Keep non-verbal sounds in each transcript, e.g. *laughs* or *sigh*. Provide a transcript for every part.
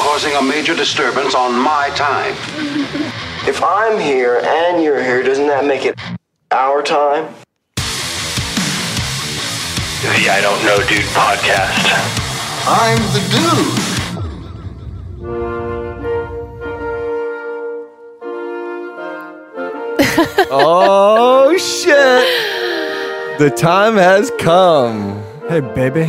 causing a major disturbance on my time. If I'm here and you're here, doesn't that make it our time? The I Don't Know Dude podcast. I'm the dude. Oh shit! The time has come. Hey, baby.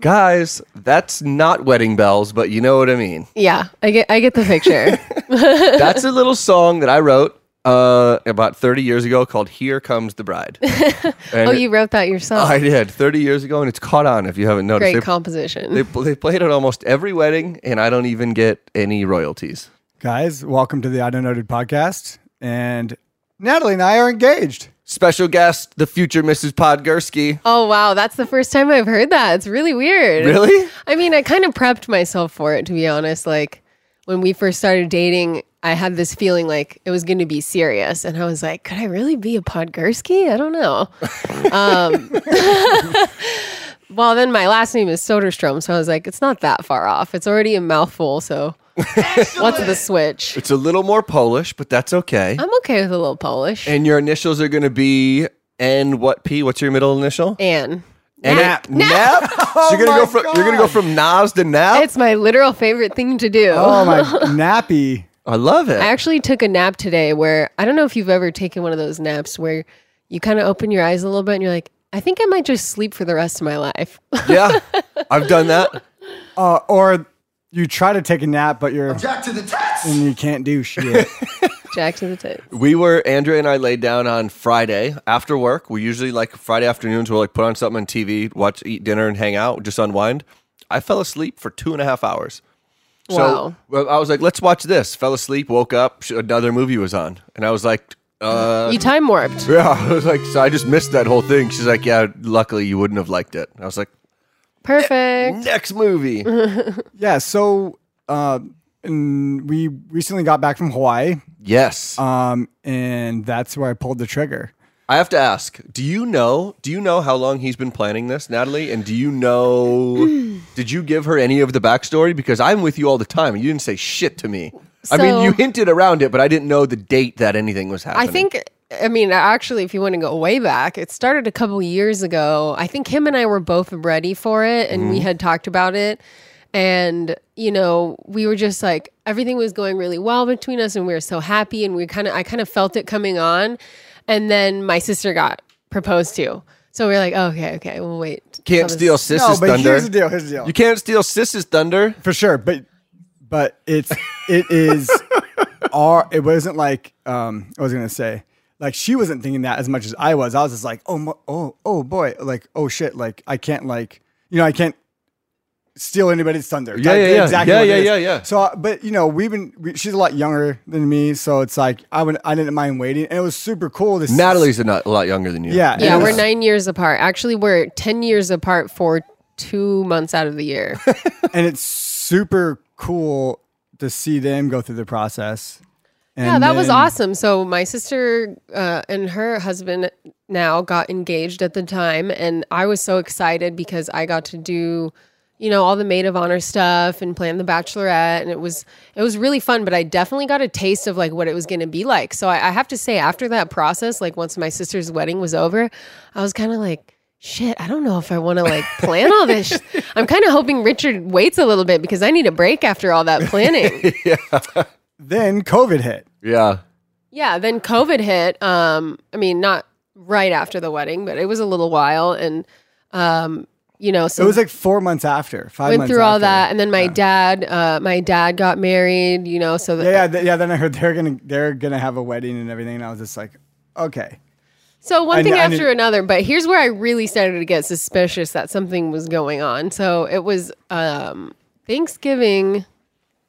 Guys, that's not wedding bells, but you know what I mean. Yeah, I get I get *laughs* the picture. That's a little song that I wrote uh, about 30 years ago called Here Comes the Bride. And oh, it- you wrote that yourself. I did 30 years ago, and it's caught on if you haven't noticed. Great They- composition. they, pl- they played at almost every wedding, and I don't even get any royalties. Guys, welcome to the I Don't Know Dude podcast. And Natalie and I are engaged. Special guest, the future Mrs. Podgursky. oh wow, that's the first time I've heard that. It's really weird. Really? I mean, I kind of prepped myself for it to be honest. Like when we first started dating, I had this feeling like it was going to be serious, and I was like, could I really be a Podgursky? I *laughs* don't know. um, *laughs* well, then my last name is Soderstrom, so I was like, it's not that far off. It's already a mouthful, so. What's the switch? It's a little more Polish, but that's okay. I'm okay with a little Polish. and your initials are going to be N what P? What's your middle initial? Anne. Nap. Nap. *laughs* so you're gonna go from you're gonna go from Nas to Nap. Oh It's my literal favorite thing to do. Oh, my *laughs* nappy. I love it. I actually took a nap today where I don't know if you've ever taken one of those naps where you kind of open your eyes a little bit and you're like, I think I might just sleep for the rest of my life. *laughs* yeah, I've done that. Uh, or you try to take a nap, but you're Jack to the test. and you can't do shit. Jack to the tip. We were Andrea and I laid down on Friday after work. We usually like Friday afternoons. We'll like put on something on TV, watch, eat dinner, and hang out, just unwind. I fell asleep for two and a half hours. Wow. So well, I was like, "Let's watch this." Fell asleep, woke up, sh- another movie was on, and I was like, uh, you time warped. "Yeah." *laughs* I was like, "So I just missed that whole thing." She's like, "Yeah, luckily you wouldn't have liked it." I was like, Perfect. "Next *laughs* movie." Uh-huh. yeah. So uh, and we recently got back from Hawaii, yes. um, and that's where I pulled the trigger. I have to ask, do you know do you know how long he's been planning this, Natalie? And do you *clears throat* know did you give her any of the backstory? Because I'm with you all the time and you didn't say shit to me. I mean So- you hinted around it, but I didn't know the date that anything was I happening. think, I mean, actually, if you want to go way back, it started a couple years ago. I think him and I were both ready for it and Mm-hmm. we had talked about it. And, you know, we were just like, everything was going really well between us and we were so happy. And we kind of, I kind of felt it coming on. And then my sister got proposed to. So we were like, "Oh, okay, okay, we'll wait. till can't this- steal sis's no, but thunder. here's the deal. Here's the deal. You can't steal sis's thunder. for sure but but it's it *laughs* is our it wasn't like um i was gonna say like she wasn't thinking that as much as i was i was just like oh mo- oh oh boy like oh shit like i can't like you know i can't steal anybody's thunder Yeah, That's yeah, yeah. Yeah, what yeah, it is. yeah, yeah. so uh, but you know we've been we, she's a lot younger than me so it's like i would i didn't mind waiting and it was super cool to s- Natalie's a, not, a lot younger than you. yeah Yeah, it we're was- nine years apart. Actually, we're 10 years apart for two months out of the year. *laughs* and it's super cool to see them go through the process Yeah, And that was then- awesome. So my sister uh, and her husband now got engaged at the time, and I was so excited because I got to do, you know, all the maid of honor stuff and plan the bachelorette, and it was it was really fun. But I definitely got a taste of like what it was going to be like. So I, I have to say, after that process, like once my sister's wedding was over, I was kind of like. Shit, I don't know if I want to like plan all this. *laughs* sh- I'm kind of hoping Richard waits a little bit because I need a break after all that planning. then covid hit Yeah. Yeah, then COVID hit. Um, I mean, not right after the wedding, but it was a little while, and um, you know, so It was like four months after. Five went months through all after. that, and then my dad, uh, my dad got married. You know, so that, Yeah, yeah, th- yeah. Then I heard they're gonna they're gonna have a wedding and everything, and I was just like, okay, So one I thing kn- I after knew- another, but here's where I really started to get suspicious that something was going on. So it was um, Thanksgiving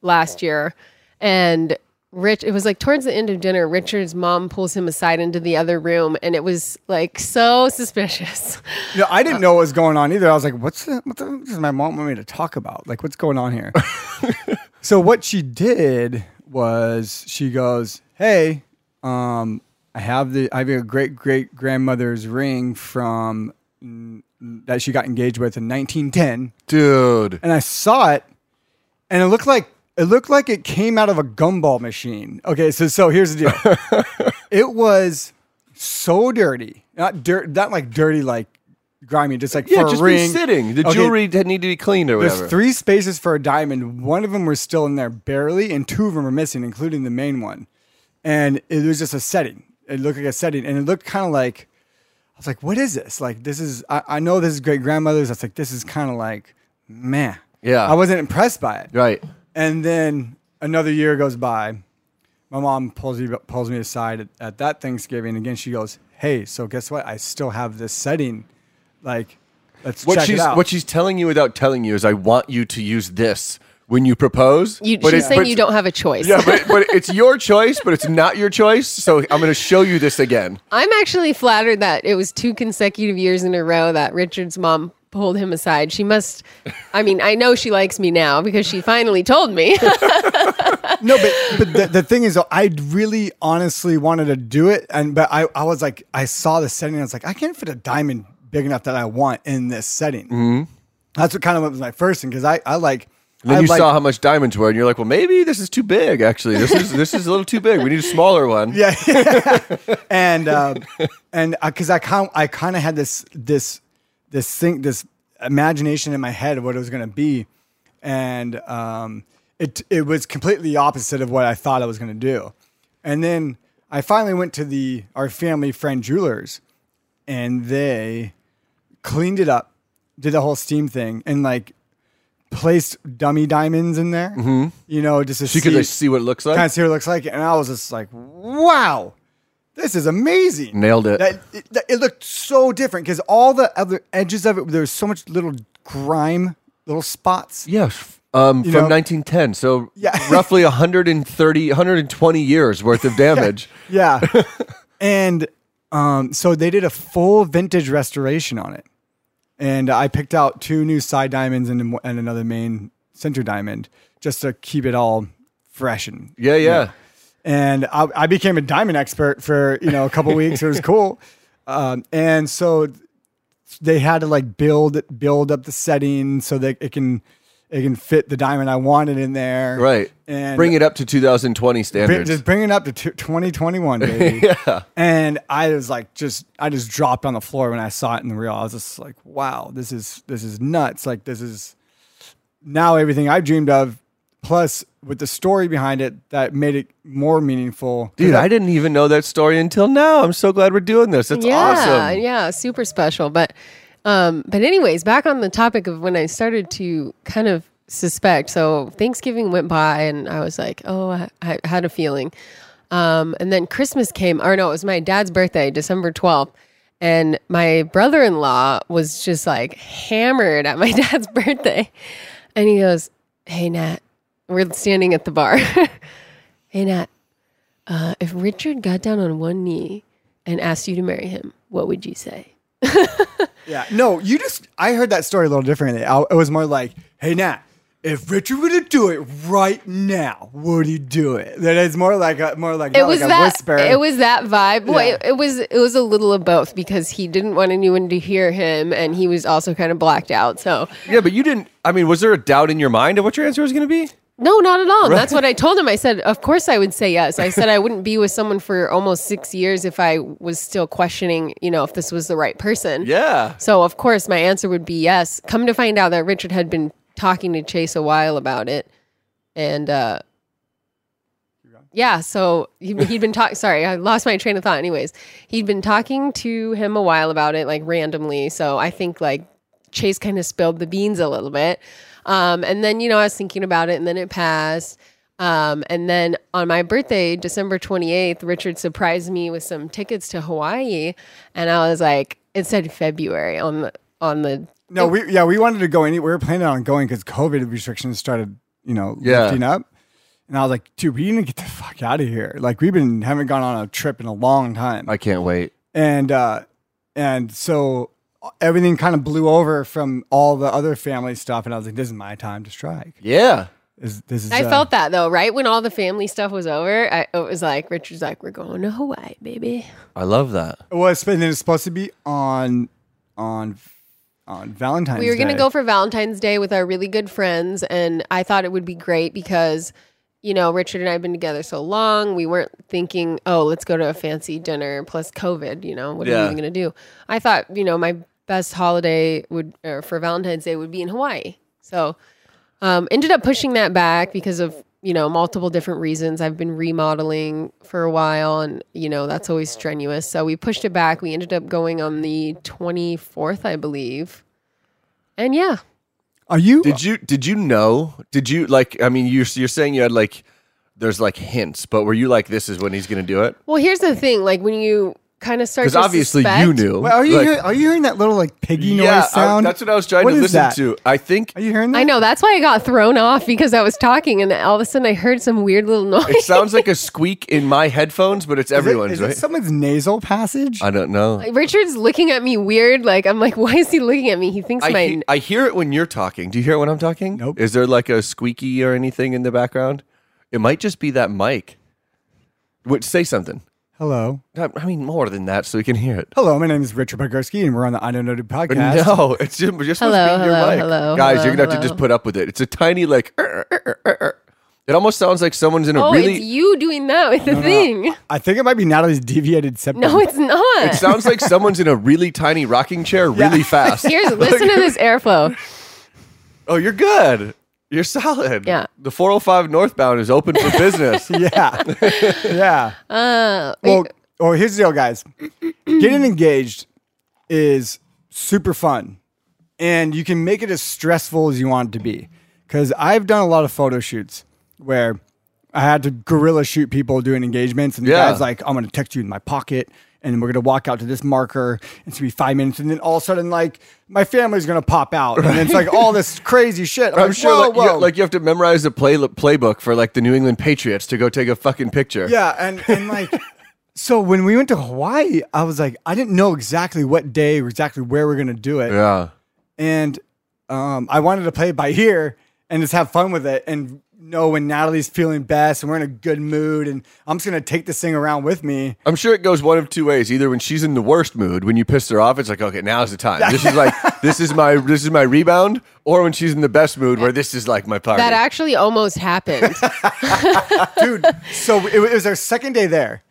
last year, and Rich. It was like towards the end of dinner. Richard's mom pulls him aside into the other room, and it was like so suspicious. *laughs* you know, I Uh, didn't know what was going on either. I was like, what's the, what the does my mom want me to talk about? Like, what's going *laughs* on here? so what she did was she goes, hey, um, I have the I have a great great grandmother's ring from mm, that she got engaged with in 1910, *laughs* Dude. and I saw it, and it looked like it looked like it came out of a gumball machine. Okay, so so here's the deal. *laughs* it was so dirty, not dirt, not like dirty, like grimy, just like Yeah, for just a ring. be sitting. The Okay, jewelry did need to be cleaned or There's whatever. three spaces for a diamond. One of them were still in there barely, and two of them were missing, including the main one. And it was just a setting. It looked like a setting, and it looked kind of like I was like, "What is this? Like, this is I, I know this is great grandmother's. I was like, this is kind of like, man, Yeah. I wasn't impressed by it. right. And then another year goes by. My mom pulls me, pulls me aside at, at that Thanksgiving. Again, she goes, "Hey, so guess what? I still have this setting. Like, let's What check she's it out." what she's telling you without telling you is I want you to use this when you propose. You, but she's it- saying but- you don't have a *laughs* choice. Yeah, but, but it's your choice, but it's not your choice. So I'm going to show you this *laughs* again. *laughs* I'm actually flattered that it was two consecutive years in a row that Richard's mom pulled him aside. She must, I mean, I know she likes me now because she finally told me. *laughs* *laughs* no, but but the, the thing is, though, I really honestly wanted to do it, and but I I was like, I saw the setting, and I was like, I can't fit a diamond big enough that I want in this setting. That's what kind of was my first thing because I I like. And Mm-hmm. then I you like, saw how much diamonds were, and you're like, "Well, maybe this is too big. Actually, this is this is a little too big. We need a smaller one." Yeah, *laughs* and uh, and because I kind I kind of had this this this thing this imagination in my head of what it was going to be, and um, it it was completely opposite of what I thought I was going to do, and then I finally went to the our family friend jewelers, and they cleaned it up, did the whole steam thing, and like placed dummy diamonds in there, you know, just to she Mm-hmm. could like, see what it looks like. kind of see what it looks like. And I was just like, wow, this is amazing. Nailed it. That, it, that- it looked so different because all the other edges of it, there was so much little grime, little *laughs* spots. yeah, f- um, You from know- 1910, so Yeah. *laughs* roughly 130, 120 years worth of damage. *laughs* *laughs* Yeah. and um, so they did a full vintage restoration on it. And I picked out two new side diamonds and, and another main center diamond just to keep it all fresh and Yeah, yeah. and I, I became a diamond expert for you know *laughs* a couple weeks. It was cool, um, and so they had to like build build up the setting so that it can it can fit the diamond I wanted in there. Right. and Bring it up to 2020 bring- standards. just bring it up to t- 2021, baby. yeah, and I was like, just I just dropped on the floor when I saw it in the reel. I was just like, wow, this is this is nuts. Like this is now everything I dreamed of. Plus, with the story behind it, that made it more meaningful. Dude, I didn't even know that story until now. I'm so glad we're doing this. That's yeah, awesome. yeah, super special. But, um, but anyways, back on the topic of when I started to kind of suspect. So Thanksgiving went by, and I was like, oh, I, I had a feeling. Um, and then Christmas came, or no, it was my dad's birthday, December twelfth. And my brother in law was just like hammered at my *laughs* dad's birthday. And he goes, Hey, Nat, we're standing at the bar. *laughs* hey, Nat, uh, if Richard got down on one knee and asked you to marry him, what would you say? Yeah. No, you just, I heard that story a little differently. I, it was more like, hey, Nat, if Richard were to do it right now, would he do it? Then it's more like a, more like, It not was like a that. whisper. It was that vibe. Well, Yeah. it, it was it was a little of both because he didn't want anyone to hear him, and he was also kind of blacked out. So Yeah. but you didn't. I mean, was there a doubt in your mind of what your answer was going to be? No, not at all. That's what I told him. I said, of course I would say yes. I said I wouldn't be with someone for almost six years if I was still questioning, you know, if this was the right person. Yeah. So of course my answer would be yes. Come to find out that Richard had been talking to Chase a while about it, and uh, yeah, so he, he'd been talking. Sorry, I lost my train of thought. Anyways, he'd been talking to him a while about it, like randomly. So I think like Chase kind of spilled the beans a little bit, um, and then you know I was thinking about it, and then it passed. Um, and then on my birthday, December 28th, Richard surprised me with some tickets to Hawaii. And I was like, it said February on the, on the, no, we, yeah, we wanted to go any, we were planning on going because COVID restrictions started, you know, Yeah. lifting up. And I was like, dude, we need to get the fuck out of here. Like, we've been, haven't gone on a trip in a long time. I can't wait. and uh and so uh, everything kind of blew over from all the other family stuff and i was like this is my time to strike Yeah. this, this is I uh, felt that though, right? When all the family stuff was over, I, it was like, Richard's like, we're going to Hawaii, baby. I love that. well it's, and then it's supposed to be on on on Valentine's. we were going to Day. go for Valentine's Day with our really good friends, and I thought it would be great because, you know, Richard and I have been together so long. We weren't thinking, oh, let's go to a fancy dinner plus COVID. You know, what are Yeah. we even going to do? I thought, you know, my best holiday would or for Valentine's Day would be in Hawaii. So, um, ended up pushing that back because of you know multiple different reasons. I've been remodeling for a while, and you know that's always strenuous. So we pushed it back. We ended up going on the twenty fourth, I believe. And yeah, Are you? Did you did you know? Did you like? I mean, you're you're saying you had like there's like hints, but were you like this is when he's going to do it? well, here's the thing: like when you kind of start Because to obviously suspect- you knew. Wait, are you Like, hear- are you hearing that little like piggy noise yeah, I- sound? that's what I was trying to is listen that? to. I think Are you hearing that? I know that's why I got thrown off because I was talking, and all of a sudden I heard some weird little *laughs* it noise. sounds like a squeak in my headphones, but it's Is it- everyone's is right. it someone's nasal passage? I don't know. Richard's looking at me weird. Like I'm like, why is he looking at me? He thinks I, my he- I hear it when you're talking. Do you hear it when I'm talking? Nope. Is there like a squeaky or anything in the background? It might just be that mic. Wait, say something. Hello. I I mean, more than that, so we can hear it. Hello, my name is Richard Bogorski, and we're on the I Don't Know Dude *laughs* podcast. No, it's just, it just Hello, must be your hello, mic. hello, Guys, hello, you're gonna have to hello. just put up with it. It's a tiny like. "Er, er, er, er, er." It almost sounds like someone's in a oh, really. it's you doing that with the thing. I think it might be Natalie's deviated septum. No, it's not. It *laughs* sounds like someone's in a really tiny rocking chair really fast. *laughs* Here's listen to this airflow. Oh, you're good. You're solid. Yeah. The 405 northbound is open for *laughs* business. yeah, yeah. well, well, here's the deal, guys. Getting engaged is super fun, and you can make it as stressful as you want it to be. Because I've done a lot of photo shoots where I had to gorilla shoot people doing engagements, and the Yeah. guy's like, "I'm going to text you in my pocket." And we're gonna walk out to this marker. It's gonna be five minutes, and then all of a sudden, like my family's gonna pop out, and it's like all this crazy shit. I'm, I'm sure Whoa, like, You, whoa." like you have to memorize the play, playbook for like the New England Patriots to go take a fucking picture. Yeah, and and like so when we went to Hawaii, I was like, I didn't know exactly what day or exactly where we're gonna do it, Yeah. and um, I wanted to play it by ear and just have fun with it and know when Natalie's feeling best and we're in a good mood, and I'm just gonna take this thing around with me. I'm sure it goes one of two ways. Either when she's in the worst mood, when you piss her off, it's like, okay, now's the time. This is like this is my this is my rebound, or when she's in the best mood where this is like my party. That actually almost happened. dude. So it, was our second day there,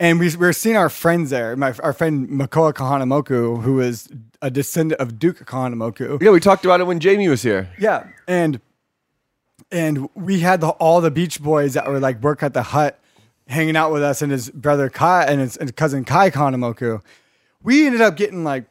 and we, we were seeing our friends there. My our friend Makoa Kahanamoku, who is a descendant of Duke Kahanamoku. yeah, we talked about it when Jamie was here. Yeah, and and we had the, all the Beach Boys that were like work at the hut, hanging out with us and his brother Kai and his and cousin Kai Konamoku. We ended up getting like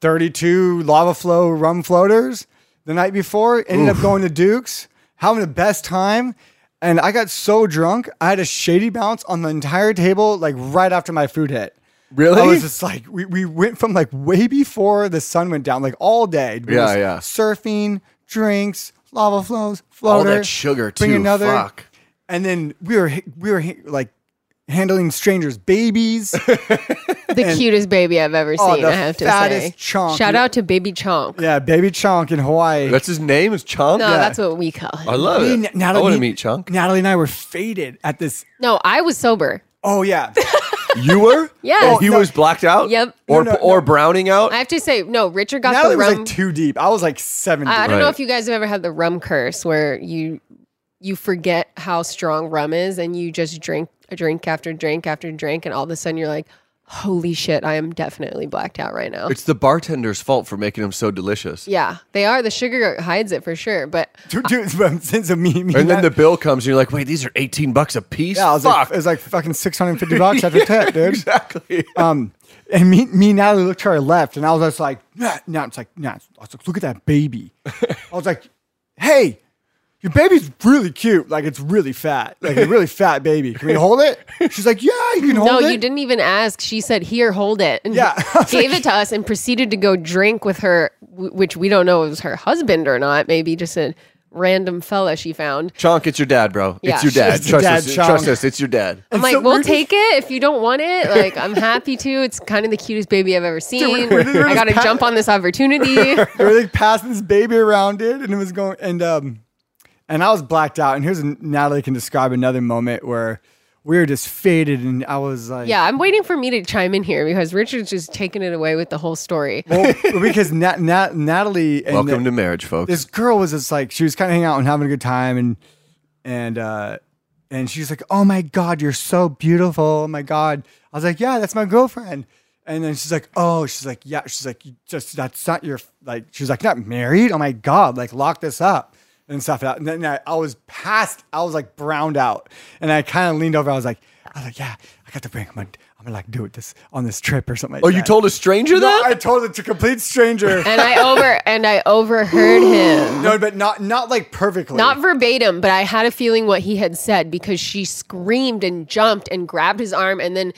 thirty-two lava flow rum floaters the night before. Ended up going to Duke's, having the best time. And I got so drunk, I had a shady bounce on the entire table, like right after my food hit. Really? I was just like, we, we went from like way before the sun went down, like all day. We Yeah, just yeah. Surfing, drinks, lava flows, floater. All that sugar too. Bring another. Fuck. And then we were hi- we were hi- like handling strangers' *laughs* babies. the cutest baby I've ever Oh, seen, the I have to fattest say. chonk. Shout out to Baby Chonk. yeah, baby Chonk in Hawaii. That's his name is Chunk. No, that's what we call I him. love Me it. and Na- I want to meet Chunk. Natalie and I were faded at this. No, I was sober. *laughs* Oh yeah, You were? Yes. And he No. was blacked out? Yep. Or No, no, or browning out? I have to say, no, Richard got Natalie the was rum. like too deep. I was like *laughs* seventy. I, I don't know Right. if you guys have ever had the rum curse where you you forget how strong rum is and you just drink a drink after drink after drink and all of a sudden you're like, holy shit, I am definitely blacked out right now. it's the bartender's fault for making him so delicious. yeah, they are. The sugar hides it for sure. But Dude, dude, *laughs* since a meme. And then the bill comes and you're like, wait, these are 18 bucks a piece? yeah, I was Fuck. like, it was like fucking six hundred and fifty *laughs* bucks after tip, dude. exactly. Um, and me, me and Natalie looked to our left, and I was just like, nah, nah, it's like, nah, I was like, look at that baby. I was like, hey, your baby's really cute. Like, it's really fat. Like, a really fat baby. *laughs* Can we hold it? She's like, yeah, you can hold no, it. you didn't even ask. She said, "Here, hold it." And Yeah. *laughs* gave it to us and proceeded to go drink with her, w- which we don't know if it was her husband or not. Maybe just a random fella she *laughs* found. Chonk, it's your dad, bro. Yeah. It's your dad. It's your trust dad, us. Chonk. Trust us. It's your *laughs* dad. I'm It's like, so "We'll weird. take it if you don't want it." Like, I'm happy to. It's kind of the cutest baby I've ever seen. we're- we're I just got to pat- jump on this opportunity. *laughs* They were like passing this baby around, dude, and it was going and um and I was blacked out. And here's Natalie can describe another moment where we were just faded, and I was like, Yeah, I'm waiting for me to chime in here because Richard's just taking it away with the whole story. well, "Oh," because Nat, Nat, Natalie and Welcome the- to marriage, folks. this girl was just like she was kind of hanging out and having a good time, and and uh, and she's like, "Oh my god, you're so beautiful! Oh my god!" I was like, "Yeah, that's my girlfriend." And then she's like, "Oh, she's like, yeah, she's like, you just that's not your like." She's like, "Not married? Oh my god! Like, lock this up." And stuff and then I, I was past, I was like browned out, and I kind of leaned over. I was like, I was like, yeah, I got the ring. I'm gonna, I'm gonna like do it this on this trip or something. Like oh, you that." told a stranger No, that? I told it to a *laughs* complete stranger. And I over and I overheard *laughs* him. no, but not not like perfectly. Not verbatim, but I had a feeling what he had said because she screamed and jumped and grabbed his arm and then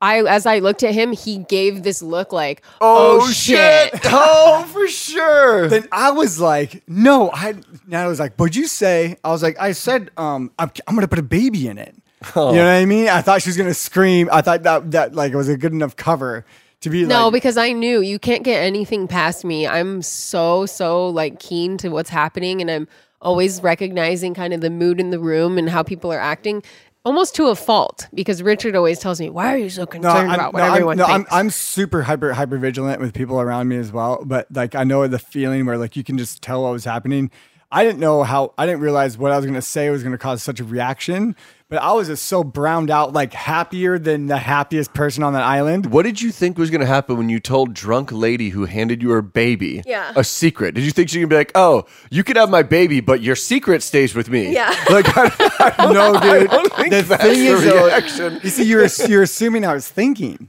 I as I looked at him, he gave this look like, "Oh, shit." *laughs* oh, for sure. then I was like, no, I. Now I was like, what'd you say? I was like, I said, um, I'm, I'm gonna put a baby in it. Oh. You know what I mean? I thought she was gonna scream. I thought that that like was a good enough cover to be No, like, because I knew you can't get anything past me. I'm so so like keen to what's happening and I'm always recognizing kind of the mood in the room and how people are acting. Almost to a fault because Richard always tells me, "Why are you so concerned about what everyone no, I'm, thinks?" I'm super hyper hyper vigilant with people around me as well. But like, I know the feeling where like you can just tell what was happening. I didn't know how. I didn't realize what I was gonna say was gonna cause such a reaction. But I was just so browned out, like happier than the happiest person on that island. What did you think was going to happen when you told drunk lady who handed you her baby Yeah. a secret? Did you think she could be like, "Oh, you could have my baby, but your secret stays with me"? Yeah. *laughs* Like, I, *laughs* I don't No, dude. think the that's thing the is, though, reaction. you see, you're you're assuming I *laughs* was thinking.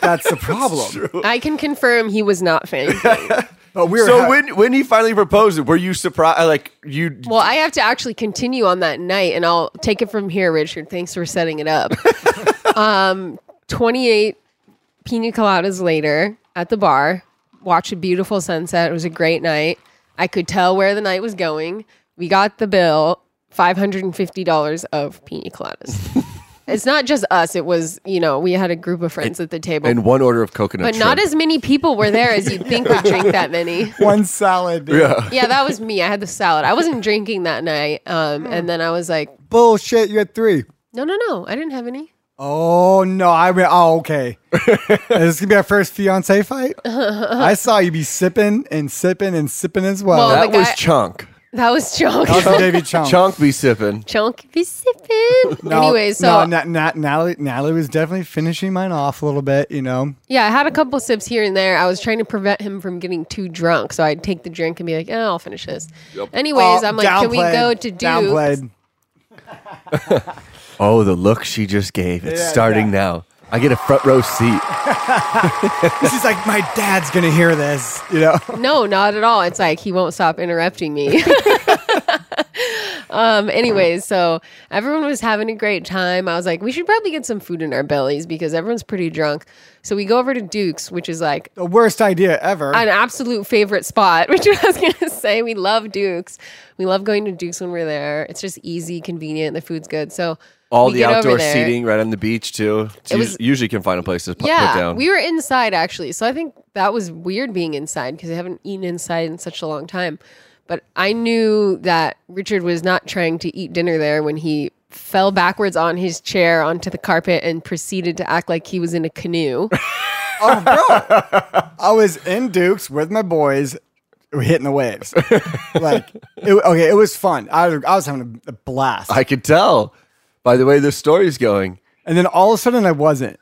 That's the problem. I can confirm he was not fainting. but we were so ha- when when he finally proposed, were you surprised? Like you? Well, I have to actually continue on that night, and I'll take it from here, Richard. Thanks for setting *laughs* it up. um, 28 pina coladas later at the bar, watch a beautiful sunset. It was a great night. I could tell where the night was going. We got the bill $550 of *laughs* pina coladas. it's not just us, it was, you know, we had a group of friends at the table. and one order of coconut. but not shrimp. as many people were there as you'd think would drink *laughs* that many one salad. Yeah. yeah, that was me. I had the salad. I wasn't drinking that night. Um, Mm. and then I was like, Bullshit. You had three. no, no, no, I didn't have any. Oh no! I re- oh okay. Is this gonna be our first fiance fight? I saw you be sipping and sipping and sipping as well. Well, That the was guy- chunk. That was *laughs* chunk. that was Davy Chunk. Chunk be sipping. chunk be sipping. anyway, so *laughs* no, Na- Na- Natalie, Natalie was definitely finishing mine off a little bit. You know, yeah, I had a couple sips here and there. I was trying to prevent him from getting too drunk, so I'd take the drink and be like, "Oh, I'll finish this." Anyways, Oh, I'm like, "Can we downplayed, go to Duke?" Downplayed. Oh, the look she just gave. It's Yeah, starting yeah. now. I get a front row seat. This is like my dad's gonna hear this. You know. No, not at all. It's like he won't stop interrupting me. *laughs* um. Anyways, so everyone was having a great time. I was like, we should probably get some food in our bellies because everyone's pretty drunk. So we go over to Duke's, which is like the worst idea ever. an absolute favorite spot, *laughs* which I was gonna say. We love Duke's. We love going to Duke's when we're there. It's just easy, convenient. The food's good. So All we the get over outdoor there. seating right on the beach too. It's It us- was- usually can find a place to pu- Yeah, put down. we were inside actually, so I think that was weird being inside because I haven't eaten inside in such a long time. But I knew that Richard was not trying to eat dinner there when he fell backwards on his chair onto the carpet and proceeded to act like he was in *laughs* a canoe. Oh, bro. I was in Duke's with my boys. We're hitting the waves. like, it, okay, it was fun. I, I was having a, a blast. I could tell by the way this story's going. and then all of a sudden, I wasn't.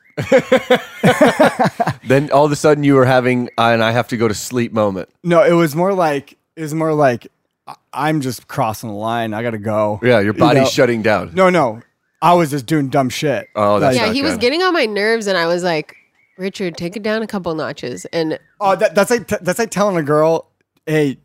Then all of a sudden you were having uh, and I have to go to sleep moment. No, it was more like, it was more like, I- I'm just crossing the line. I got to go. Yeah, your You body's know? shutting down. No, no. I was just doing dumb shit. Oh, that's yeah, not he was good. getting on my nerves, and I was like, Richard, take it down a couple notches. And Oh, that, that's like that's like telling a girl, "Hey,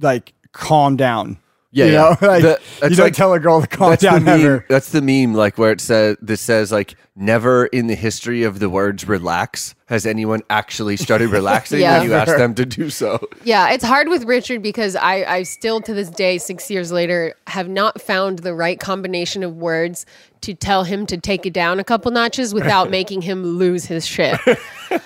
like, calm down." Yeah, you yeah. Know? *laughs* Like, That- you that's don't like- tell a girl to calm That's the down meme. ever. That's the meme, like where it says this says like never in the history of the words relax has anyone actually *laughs* started relaxing Yeah. when you ask them to do so. Yeah, it's hard with Richard because I, I still to this day, six years later, have not found the right combination of words to tell him to take it down a couple notches *laughs* without making him lose his shit.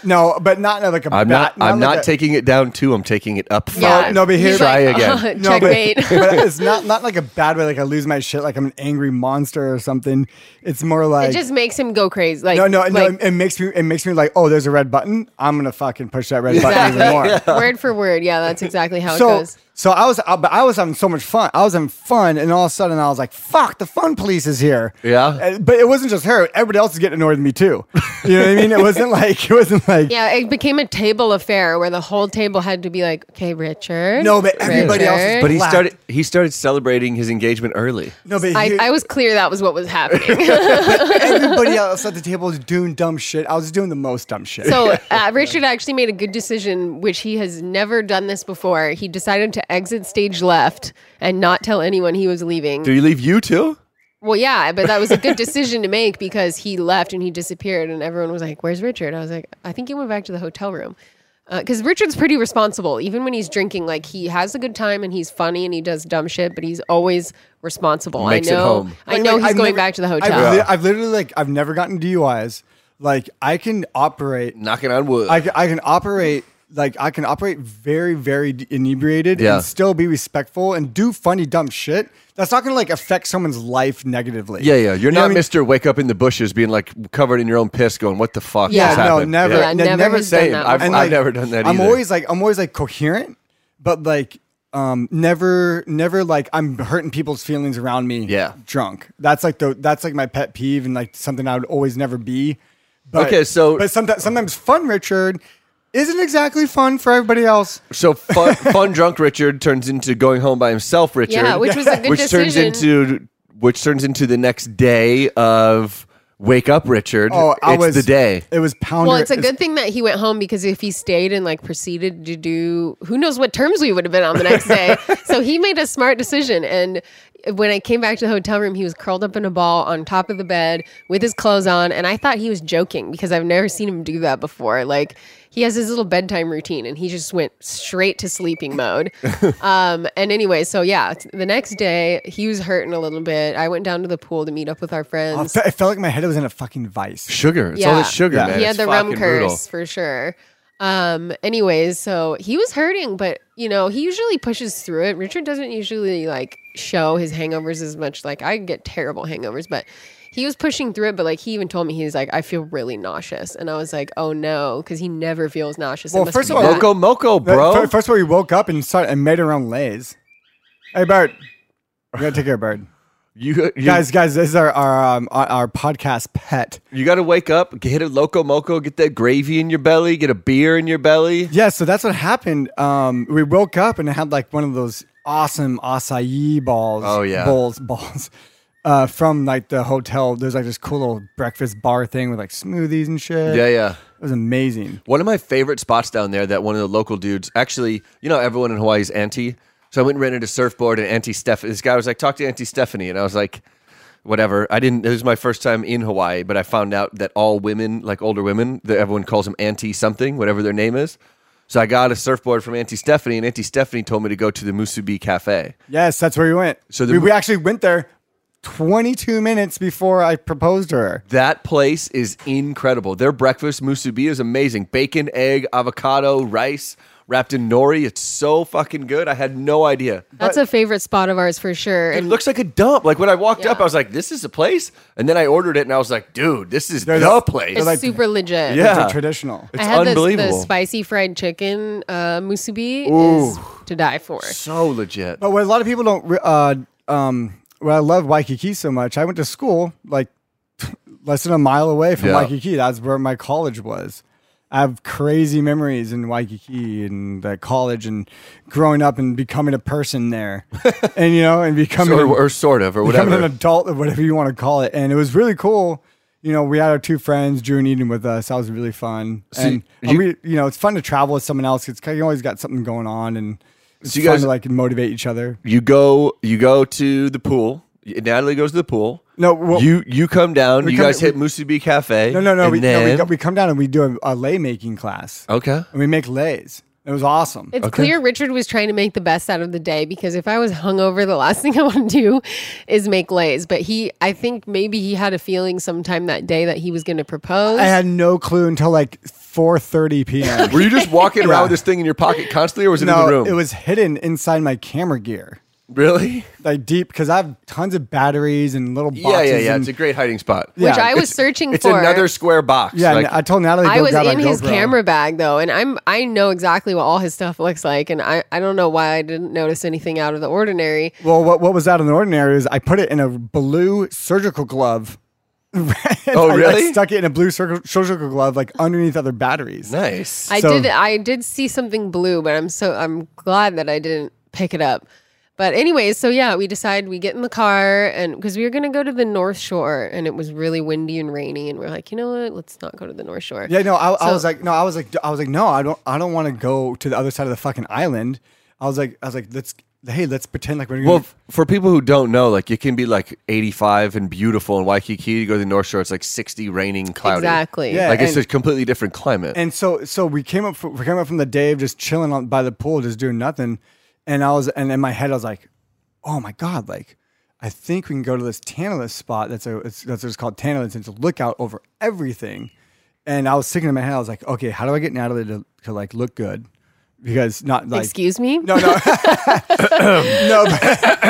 No, but not in like a I'm not. bat- I'm like not a- taking it down two. I'm taking it up five. Yeah. no, but here- He's Try like, again. *laughs* No, but, checkmate. *laughs* but it's not not like a bad way. Like I lose my shit. Like I'm an angry monster or something. It's more *laughs* like *laughs* it just makes him go crazy. Like no, no, no. like, It, it makes me. It makes me like, oh, there's a red button. I'm gonna fucking push that red button *laughs* exactly. *laughs* even more. Word for word. Yeah, that's exactly how it So, goes. so I was, I, but I was having so much fun. I was having fun, and all of a sudden, I was like, "Fuck, the fun police is here." Yeah. Uh, but it wasn't just her. Everybody else is getting annoyed with me too. You know what I mean? It wasn't *laughs* like it wasn't like Yeah, it became a table affair where the whole table had to be like, okay, Richard. No, but everybody else is- Richard." But he Black. started. He started celebrating his engagement early. no. But I, you- I was clear that was what was happening. *laughs* *laughs* everybody else at the table was doing dumb shit. I was doing the most dumb shit. *laughs* So uh, Richard actually made a good decision, which he has never done this before. He decided to exit stage left and not tell anyone he was leaving. Do you leave you too? Well, yeah, but that was a *laughs* good decision to make because he left and he disappeared, and everyone was like, "Where's Richard?" I was like, "I think he went back to the hotel room." Because Richard's pretty responsible, even when he's drinking. Like he has a good time and he's funny and he does dumb shit, but he's always responsible. Makes I it know. home. I *laughs* Like, know like, he's I've going never- back to the I've hotel. li- I've, literally like I've never gotten DUIs. Like I can operate. Knocking on wood. I, ca- I can operate like I can operate very very d- inebriated Yeah. and still be respectful and do funny dumb shit. That's not going to like affect someone's life negatively. yeah, yeah. You're You know not what I mean? Mister Wake Up in the Bushes, being like covered in your own piss, going, "What the fuck?" Yeah, just no, happened?" never. Yeah, n- never never has done Same. that I've- before. I've never done that I'm either. always like I'm always like coherent, but like um never never like I'm hurting people's feelings around me. Yeah. drunk. That's like the that's like my pet peeve and like something I would always never be. But, Okay, so- but sometimes sometimes fun, Richard, isn't exactly fun for everybody else. So fun, *laughs* fun drunk Richard turns into going home by himself Richard. Yeah, which was a good which turns decision. into which turns into the next day of wake up Richard. Oh, I it's was the day. It was pounder. Well, it's a good thing that he went home because if he stayed and like proceeded to do, who knows what terms we would have been on the next day. so he made a smart decision. And when I came back to the hotel room, he was curled up in a ball on top of the bed with his clothes on. And I thought he was joking because I've never seen him do that before. Like he has his little bedtime routine and he just went straight to sleeping mode. um, and anyway, so yeah, t- the next day he was hurting a little bit. I went down to the pool to meet up with our friends. It fe- it felt like my head was in a fucking vice. Sugar. It's all that sugar, Yeah. man. He had It's the rum fucking curse brutal. for sure. Um, anyways, so he was hurting, but you know, he usually pushes through it. Richard doesn't usually like show his hangovers as much. Like I get terrible hangovers, but he was pushing through it. But like he even told me he was like, I feel really nauseous, and I was like, oh no, because he never feels nauseous. It Well, must first be of all, that. Moco Moco, bro. Fir- First of all, we woke up and started and made our own lays. Hey, Bert, we gotta take care of Bert. *laughs* you, you guys, guys, this is our our um, our- our podcast pet. you got to wake up, get a Loco Moco, get that gravy in your belly, get a beer in your belly. Yeah, so that's what happened. Um, we woke up and had like one of those awesome acai balls. Oh, yeah. bowls *laughs* balls. Uh, from like the hotel, there's like this cool little breakfast bar thing with like smoothies and shit. Yeah, it yeah. was amazing. One of my favorite spots down there that one of the local dudes actually, you know, everyone in Hawaii is anti. So I went and rented a surfboard and Auntie Steph. This guy was like, talk to Auntie Stephanie. And I was like, whatever. I didn't, it was my first time in Hawaii, but I found out that all women, like older women, that everyone calls them Auntie something, whatever their name is. So I got a surfboard from Auntie Stephanie and Auntie Stephanie told me to go to the Musubi Cafe. Yes, that's where we went. So So the- we, we actually went there 22 minutes before I proposed to her. That place is incredible. Their breakfast musubi is amazing. Bacon, egg, avocado, rice wrapped in nori. It's so fucking good. I had no idea. that's a favorite spot of ours for sure. It And looks like a dump. Like when I walked up, Yeah. I was like, "This is a place," and then I ordered it, and I was like, "Dude, this is They're the the- place." it's like- super legit. Yeah. It's a traditional. it's I had This, unbelievable. the spicy fried chicken uh, musubi is to die for. so legit. But what a lot of people don't, re- uh, um, what I love Waikiki so much, I went to school like *laughs* less than a mile away from Yeah. Waikiki. That's where my college was. I have crazy memories in Waikiki and uh, college and growing up and becoming a person *laughs* there. and, you know, and becoming. or, or sort of, or becoming whatever. an adult or whatever you want to call it. And it was really cool. You know, we had our two friends, Drew and Eden, with us. That was really fun. and you- I mean, you know, it's fun to travel with someone else. It's 'cause you always got something going on, and it's So you fun guys- to like motivate each other. you go, you go to the pool. Natalie goes to the pool. No, well- you you come down. We you come- guys hit we- Musubi Cafe. No, no, no. and We, no, we, then- go- we come down and we do a, a lay making class. okay. And we make lays. It was awesome. It's clear Richard was trying to make the best out of the day because if I was hungover, the last *laughs* thing I want to do is make lays. But he, I think maybe he had a feeling sometime that day that he was going to propose. I had no clue until like 4:30 p.m. Were you *laughs* just walking around Yeah. with this thing in your pocket constantly, or was it in the no, room? it was hidden inside my camera gear, really. like deep, because I have tons of batteries and little boxes. Yeah, yeah, yeah. and- It's a great hiding spot. which yeah, I was It's- searching It's for. another square box. yeah, like- and I told Natalie. I go was grab in my his GoPro. camera bag though, and I'm I know exactly what all his stuff looks like, and I, I don't know why I didn't notice anything out of the ordinary. Well, what what was out of the ordinary is I put it in a blue surgical glove. *laughs* Oh, I, really? I stuck it in a blue circle, surgical glove, like underneath other batteries. nice. I So- did I did see something blue, but I'm so I'm glad that I didn't pick it up. But anyways, so yeah, we decide we get in the car and because we were gonna go to the North Shore and it was really windy and rainy and we're like, you know what, let's not go to the North Shore. Yeah, no, I, I So- was like, no, I was like, I was like, no, I don't, I don't want to go to the other side of the fucking island. I was like, I was like, let's, hey, let's pretend like we're gonna. Well, f- for people who don't know, like it can be like 85 and beautiful in Waikiki. You go to the North Shore, it's like 60, raining, cloudy. Exactly. Yeah, like it's and- a completely different climate. and so, so we came up, from, we came up from the day of just chilling on, by the pool, just doing nothing, and I was, and in my head, I was like, oh my god, like. I think we can go to this Tantalus spot. That's a it's, that's what it's called Tantalus. and It's a lookout over everything. And I was thinking in my head, I was like, okay, how do I get Natalie to, to like look good? Because not like Excuse me? no *laughs* no no. But, *laughs*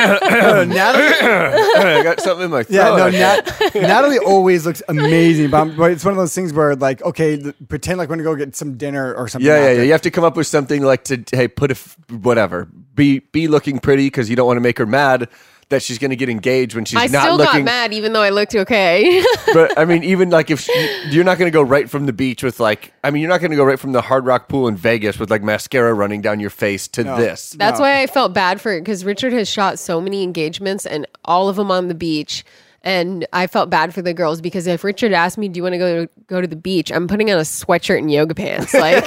Natalie, *laughs* I got something *laughs* in my throat. Yeah, no, *laughs* Nat- Natalie always looks amazing, but, I'm, but it's one of those things where like, okay, th- pretend like we're gonna go get some dinner or something. yeah, yeah, after. yeah. You have to come up with something like to hey, put a f- whatever. Be be looking pretty because you don't want to make her mad that she's going to get engaged when she's I not still looking. got mad even though I looked okay. *laughs* but I mean, even like if she, you're not going to go right from the beach with like, I mean, you're not going to go right from the Hard Rock pool in Vegas with like mascara running down your face to this. That's why I felt bad for it because Richard has shot so many engagements and all of them on the beach. And I felt bad for the girls because if Richard asked me, "Do you want to go to, go to the beach?" I'm putting on a sweatshirt and yoga pants. Like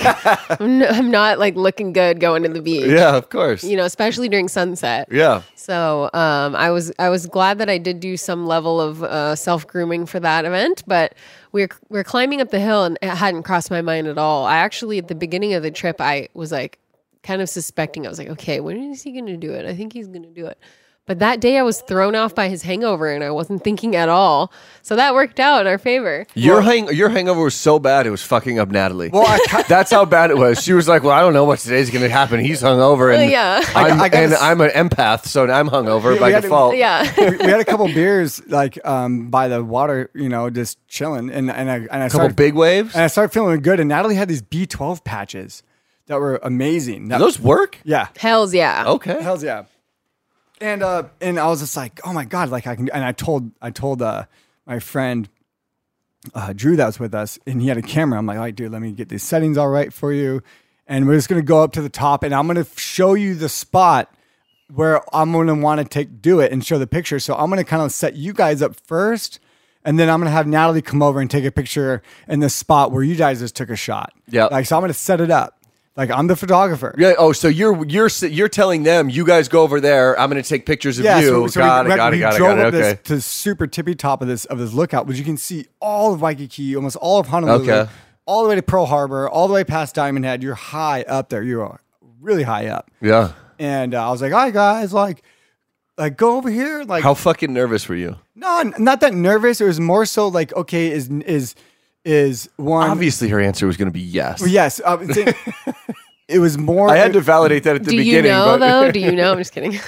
*laughs* I'm, n- I'm not like looking good going to the beach. yeah, of course. You know, especially during sunset. yeah. So um, I was I was glad that I did do some level of uh, self grooming for that event, but we're we're climbing up the hill and it hadn't crossed my mind at all. I actually at the beginning of the trip I was like kind of suspecting. I was like, okay, when is he going to do it? I think he's going to do it. But that day I was thrown off by his hangover and I wasn't thinking at all. So that worked out in our favor. Your hang your hangover was so bad it was fucking up Natalie. Well, *laughs* I ca- that's how bad it was. She was like, "Well, I don't know what today's going to happen. He's hungover, and Oh, Yeah. I'm, I- I gotta and s- I'm an empath, so I'm hungover We- by we had to- default." Yeah. we, we had a couple beers like um, by the water, you know, just chilling, and and I and I couple started, big waves. and I started feeling good. And Natalie had these B twelve patches that were amazing. That, Do those work? yeah, Hells yeah. Okay. Hells yeah. And uh and I was just like, oh my god, like I can and I told I told uh my friend uh Drew that was with us and he had a camera. I'm like, all right, dude, let me get these settings all right for you. And we're just gonna go up to the top and I'm gonna show you the spot where I'm gonna wanna take do it and show the picture. So I'm gonna kind of set you guys up first. And then I'm gonna have Natalie come over and take a picture in the spot where you guys just took a shot. Yeah. Like so I'm gonna set it up. Like I'm the photographer. Yeah. Oh, so you're you're s- you're telling them you guys go over there. I'm going to take pictures of you. got, it, got it. Got it. Got drove it. up Okay. this, to the super tippy top of this of this lookout, which you can see all of Waikiki, almost all of Honolulu, Okay. all the way to Pearl Harbor, all the way past Diamond Head. You're high up there. You are really high up. yeah. And uh, I was like, "All right, guys, like, like go over here." Like, How fucking nervous were you? no, n- not that nervous. It was more so like, okay, is is is one Obviously, her answer was going to be yes. Yes, uh, it's *laughs* in- it was more. I had to validate that at the Do you beginning. but know *laughs* though? Do you know? I'm just kidding. *laughs*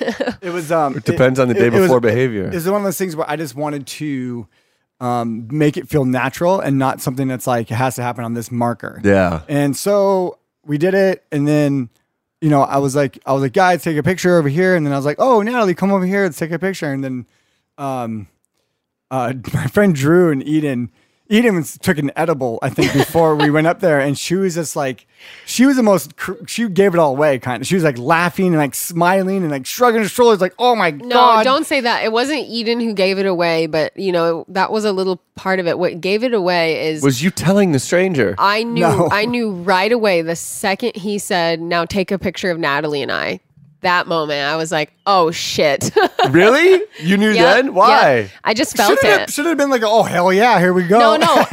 It was. Um, it depends on the day before behavior. It's one of those things where I just wanted to um, make it feel natural and not something that's like it has to happen on this marker. Yeah. And so we did it, and then you know I was like, I was like, guys, take a picture over here, and then I was like, oh, Natalie, come over here, let's take a picture, and then um, uh, *laughs* my friend Drew and Eden. Eden was- took an edible, I think, before we went up there, and she was just like, she was the most, cr- she gave it all away, kind of. She was like laughing and like smiling and like shrugging her shoulders, like, oh my No, god, don't say that. It wasn't Eden who gave it away, but you know that was a little part of it. What gave it away is Was you telling the stranger? I knew No. I knew right away the second he said, "Now take a picture of Natalie and I." that moment, I was like, oh shit. *laughs* *laughs* really? You knew Yeah, then? Why? yeah. I just felt Should it. have should have been like, oh hell yeah, here we go. No, *laughs* no.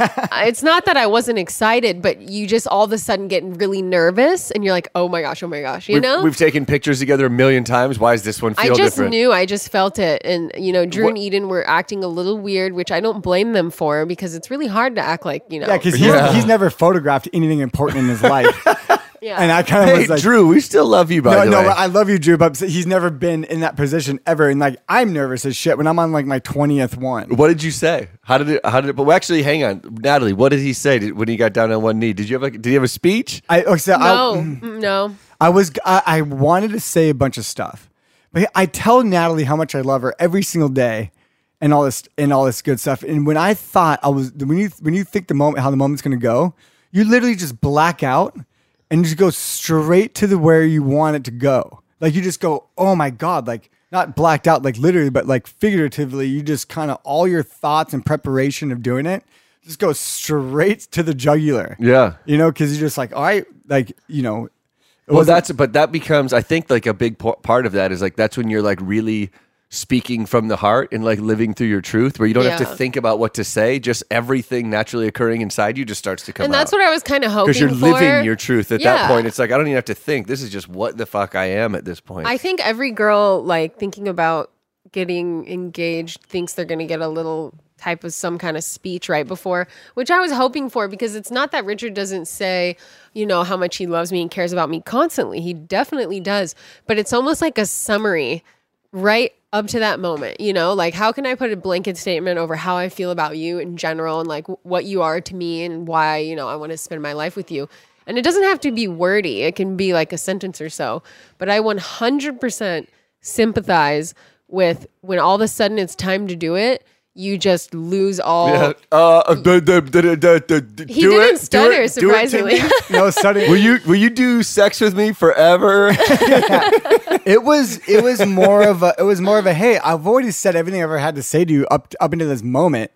it's not that I wasn't excited, but you just all of a sudden get really nervous and you're like, oh my gosh, oh my gosh, you We've, know? we've taken pictures together a million times. Why does this one I feel just different? knew, I just felt it. And, you know, Drew and Eden were acting a little weird, which I don't blame them for because it's really hard to act like, you know. yeah, because he's, Yeah. he's never photographed anything important in his life, *laughs* Yeah. and I kind of Hey, was like, Drew, we still love you, by No, the no, way. I love you, Drew, but he's never been in that position ever. And like, I'm nervous as shit when I'm on like my 20th one. what did you say? How did it? How did it? But actually, hang on, Natalie. What did he say did, when he got down on one knee? Did you have a? Did he have a speech? I, oh, like I said, no, I, mm, no. I was, I, I wanted to say a bunch of stuff, but I tell Natalie how much I love her every single day and all this, and all this good stuff. And when I thought I was, when you, when you think the moment, how the moment's going to go, you literally just black out and just go straight to the where you want it to go. Like you just go, oh my God, like not blacked out, like literally, but like figuratively, you just kind of all your thoughts and preparation of doing it just go straight to the jugular. Yeah. You know, because you're just like, all right, like, you know, Well, that's but that becomes I think like a big po- part of that is like that's when you're like really speaking from the heart and like living through your truth where you don't have to Yeah. think about what to say just everything naturally occurring inside you just starts to come And that's out what I was kind of hoping because you're for. living your truth at that Yeah. point it's like I don't even have to think this is just what the fuck I am at this point *laughs* I think every girl like thinking about getting engaged thinks they're going to get a little type of some kind of speech right before, which I was hoping for because it's not that Richard doesn't say, you know, how much he loves me and cares about me constantly. He definitely does, but it's almost like a summary right up to that moment, you know, like how can I put a blanket statement over how I feel about you in general and like wh- what you are to me and why, you know, I want to spend my life with you. And it doesn't have to be wordy, it can be like a sentence or so. But I 100% sympathize with when all of a sudden it's time to do it, you just lose all. Yeah. Uh, d- d- d- d- d- d- d- He do it, didn't do it, stutter, do it, surprisingly. Timmy. no, suddenly will you will you do sex with me *laughs* forever? it was it was more of a it was more of a hey I've already said everything I've ever had to say to you up up into this moment.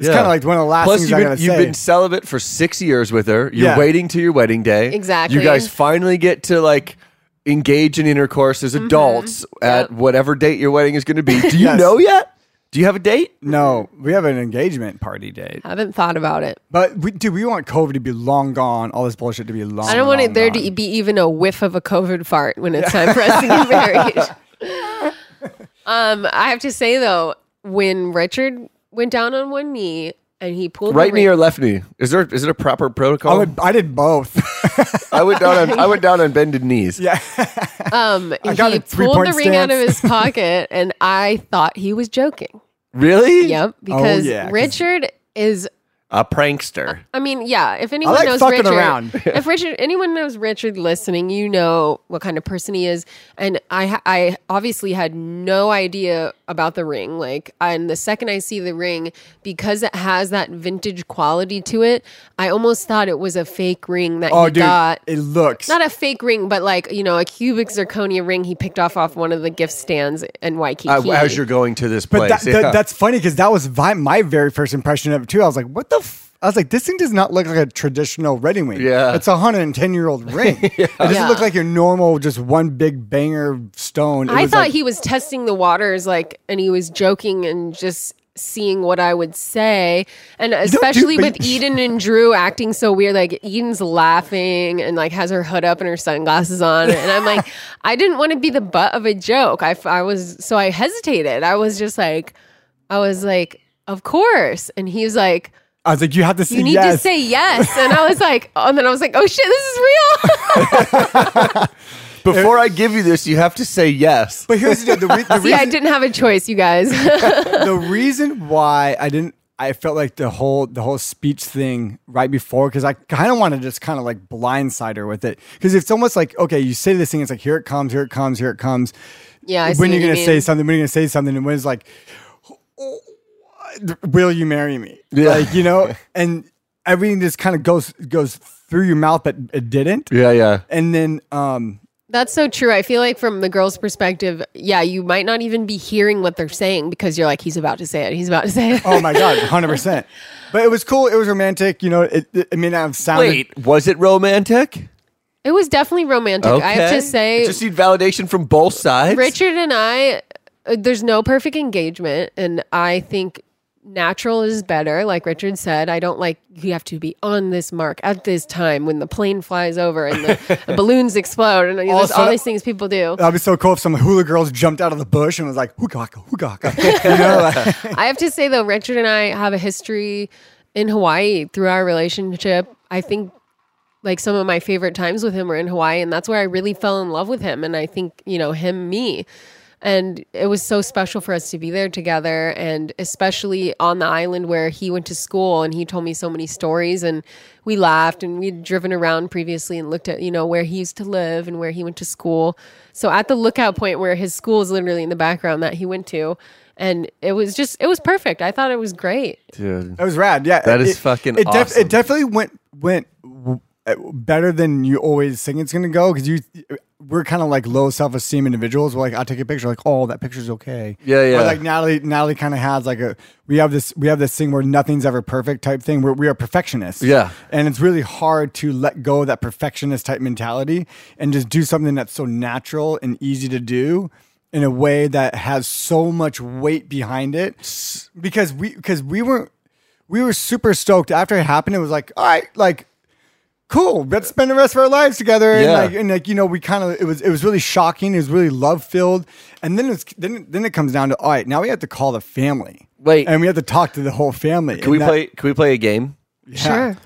It's kind of like one of the last Plus, things you've I been, gotta you've say. been celibate for six years with her. You're Yeah. waiting till your wedding day. Exactly. You guys finally get to like engage in intercourse Mm-hmm. as adults at whatever date your wedding is going to be. Do you Yes. know yet? Do you have a date? no, we have an engagement party date, I haven't thought about it. but we, dude, we want COVID to be long gone. All this bullshit to be long. I don't want long it there gone. to be even a whiff of a COVID fart when it's time for *laughs* us to get married. um, I have to say though, when Richard went down on one knee and he pulled the Right knee ring- or left knee? Is there is it a proper protocol? I would. I *laughs* did both. *laughs* I went down on I went down on bended knees. Yeah. um, he got a pulled three-point the ring out of stance. *laughs* his pocket, and I thought he was joking. Really? Yep, because Oh, yeah, 'cause- Richard is A prankster. I mean, yeah. If anyone like knows fucking Richard, around. if Richard, anyone knows Richard listening, you know what kind of person he is. And I, ha- I obviously had no idea about the ring. Like, and the second I see the ring, because it has that vintage quality to it, I almost thought it was a fake ring that Oh, he dude, got. it looks. Not a fake ring, but like you know, a cubic zirconia ring he picked off off one of the gift stands in Waikiki. Uh, as you're going to this but place, that, Yeah. that, that's funny because that was vi- my very first impression of it too. I was like, what the. F-? I was like, this thing does not look like a traditional wedding ring. Yeah. It's a 110 *laughs* year old ring. It doesn't Yeah. look like your normal, just one big banger stone. It I was thought like- he was testing the waters, like, and he was joking and just seeing what I would say. And especially but with Eden and Drew acting so weird, like Eden's laughing and like has her hood up and her sunglasses on, and I'm *laughs* like, I didn't want to be the butt of a joke. I, f- I was so I hesitated. I was just like, I was like, of course, and he was like. I was like, you have to say You need yes. to say *laughs* yes, and I was like, oh, and then I was like, oh shit, this is real. Before I give you this, you have to say yes. uh, But here's the, deal, the, re- *laughs* the, See, I reason, didn't have a choice, you guys. *laughs* the reason why I didn't. I felt like the whole the whole speech thing right before because I kind of want to just kind of like blindside her with it because it's almost like okay you say this thing it's like here it comes here it comes here it comes yeah, I see when what you're you gonna mean. say something when you're gonna say something and when it's like "Oh, will you marry me Yeah. like you know and everything just kind of goes goes through your mouth but it didn't Yeah, yeah. and then um That's so true. I feel like from the girl's perspective, yeah, you might not even be hearing what they're saying because you're like, he's about to say it. He's about to say it. oh my god 100 percent but it was cool it was romantic you know it, it, it may not have sounded Wait, was it romantic? *laughs* It was definitely romantic. I have to say, just need validation from both sides. Richard and I, uh, there's no perfect engagement, and I think natural is better. Like Richard said, I don't like you have to be on this mark at this time when the plane flies over and *laughs* the balloons explode, and there's Also- all these things people do. That'd be so cool if some hula girls jumped out of the bush and was like, hookaka, hookaka. *laughs* you know, like, I have to say though, Richard and I have a history in Hawaii through our relationship. I think like some of my favorite times with him were in Hawaii, and that's where I really fell in love with him. And I think you know him, me, and it was so special for us to be there together, and especially on the island where he went to school, and he told me so many stories, and we laughed, and we'd driven around previously and looked at you know where he used to live and where he went to school. So at the lookout point where his school is literally in the background that he went to. And it was just, it was perfect. I thought it was great. Dude. that was rad. Yeah. That That is is fucking it awesome. It definitely went, went w- uh, better than you always think it's going to go because you. We're kind of like low self esteem individuals. We're like, I'll take a picture. Like, oh, that picture's okay. Yeah, yeah. Or like Natalie, Natalie kind of has like a we have this we have this thing where nothing's ever perfect type thing. Where we are perfectionists. Yeah. and it's really hard to let go of that perfectionist type mentality and just do something that's so natural and easy to do in a way that has so much weight behind it because we because we weren't we were super stoked after it happened it was like all right like cool let's spend the rest of our lives together and Yeah. like and like you know we kind of it was it was really shocking it was really love filled and then it's then then it comes down to all right now we have to call the family Wait. and we have to talk to the whole family Can we play? Can we play a game? Sure.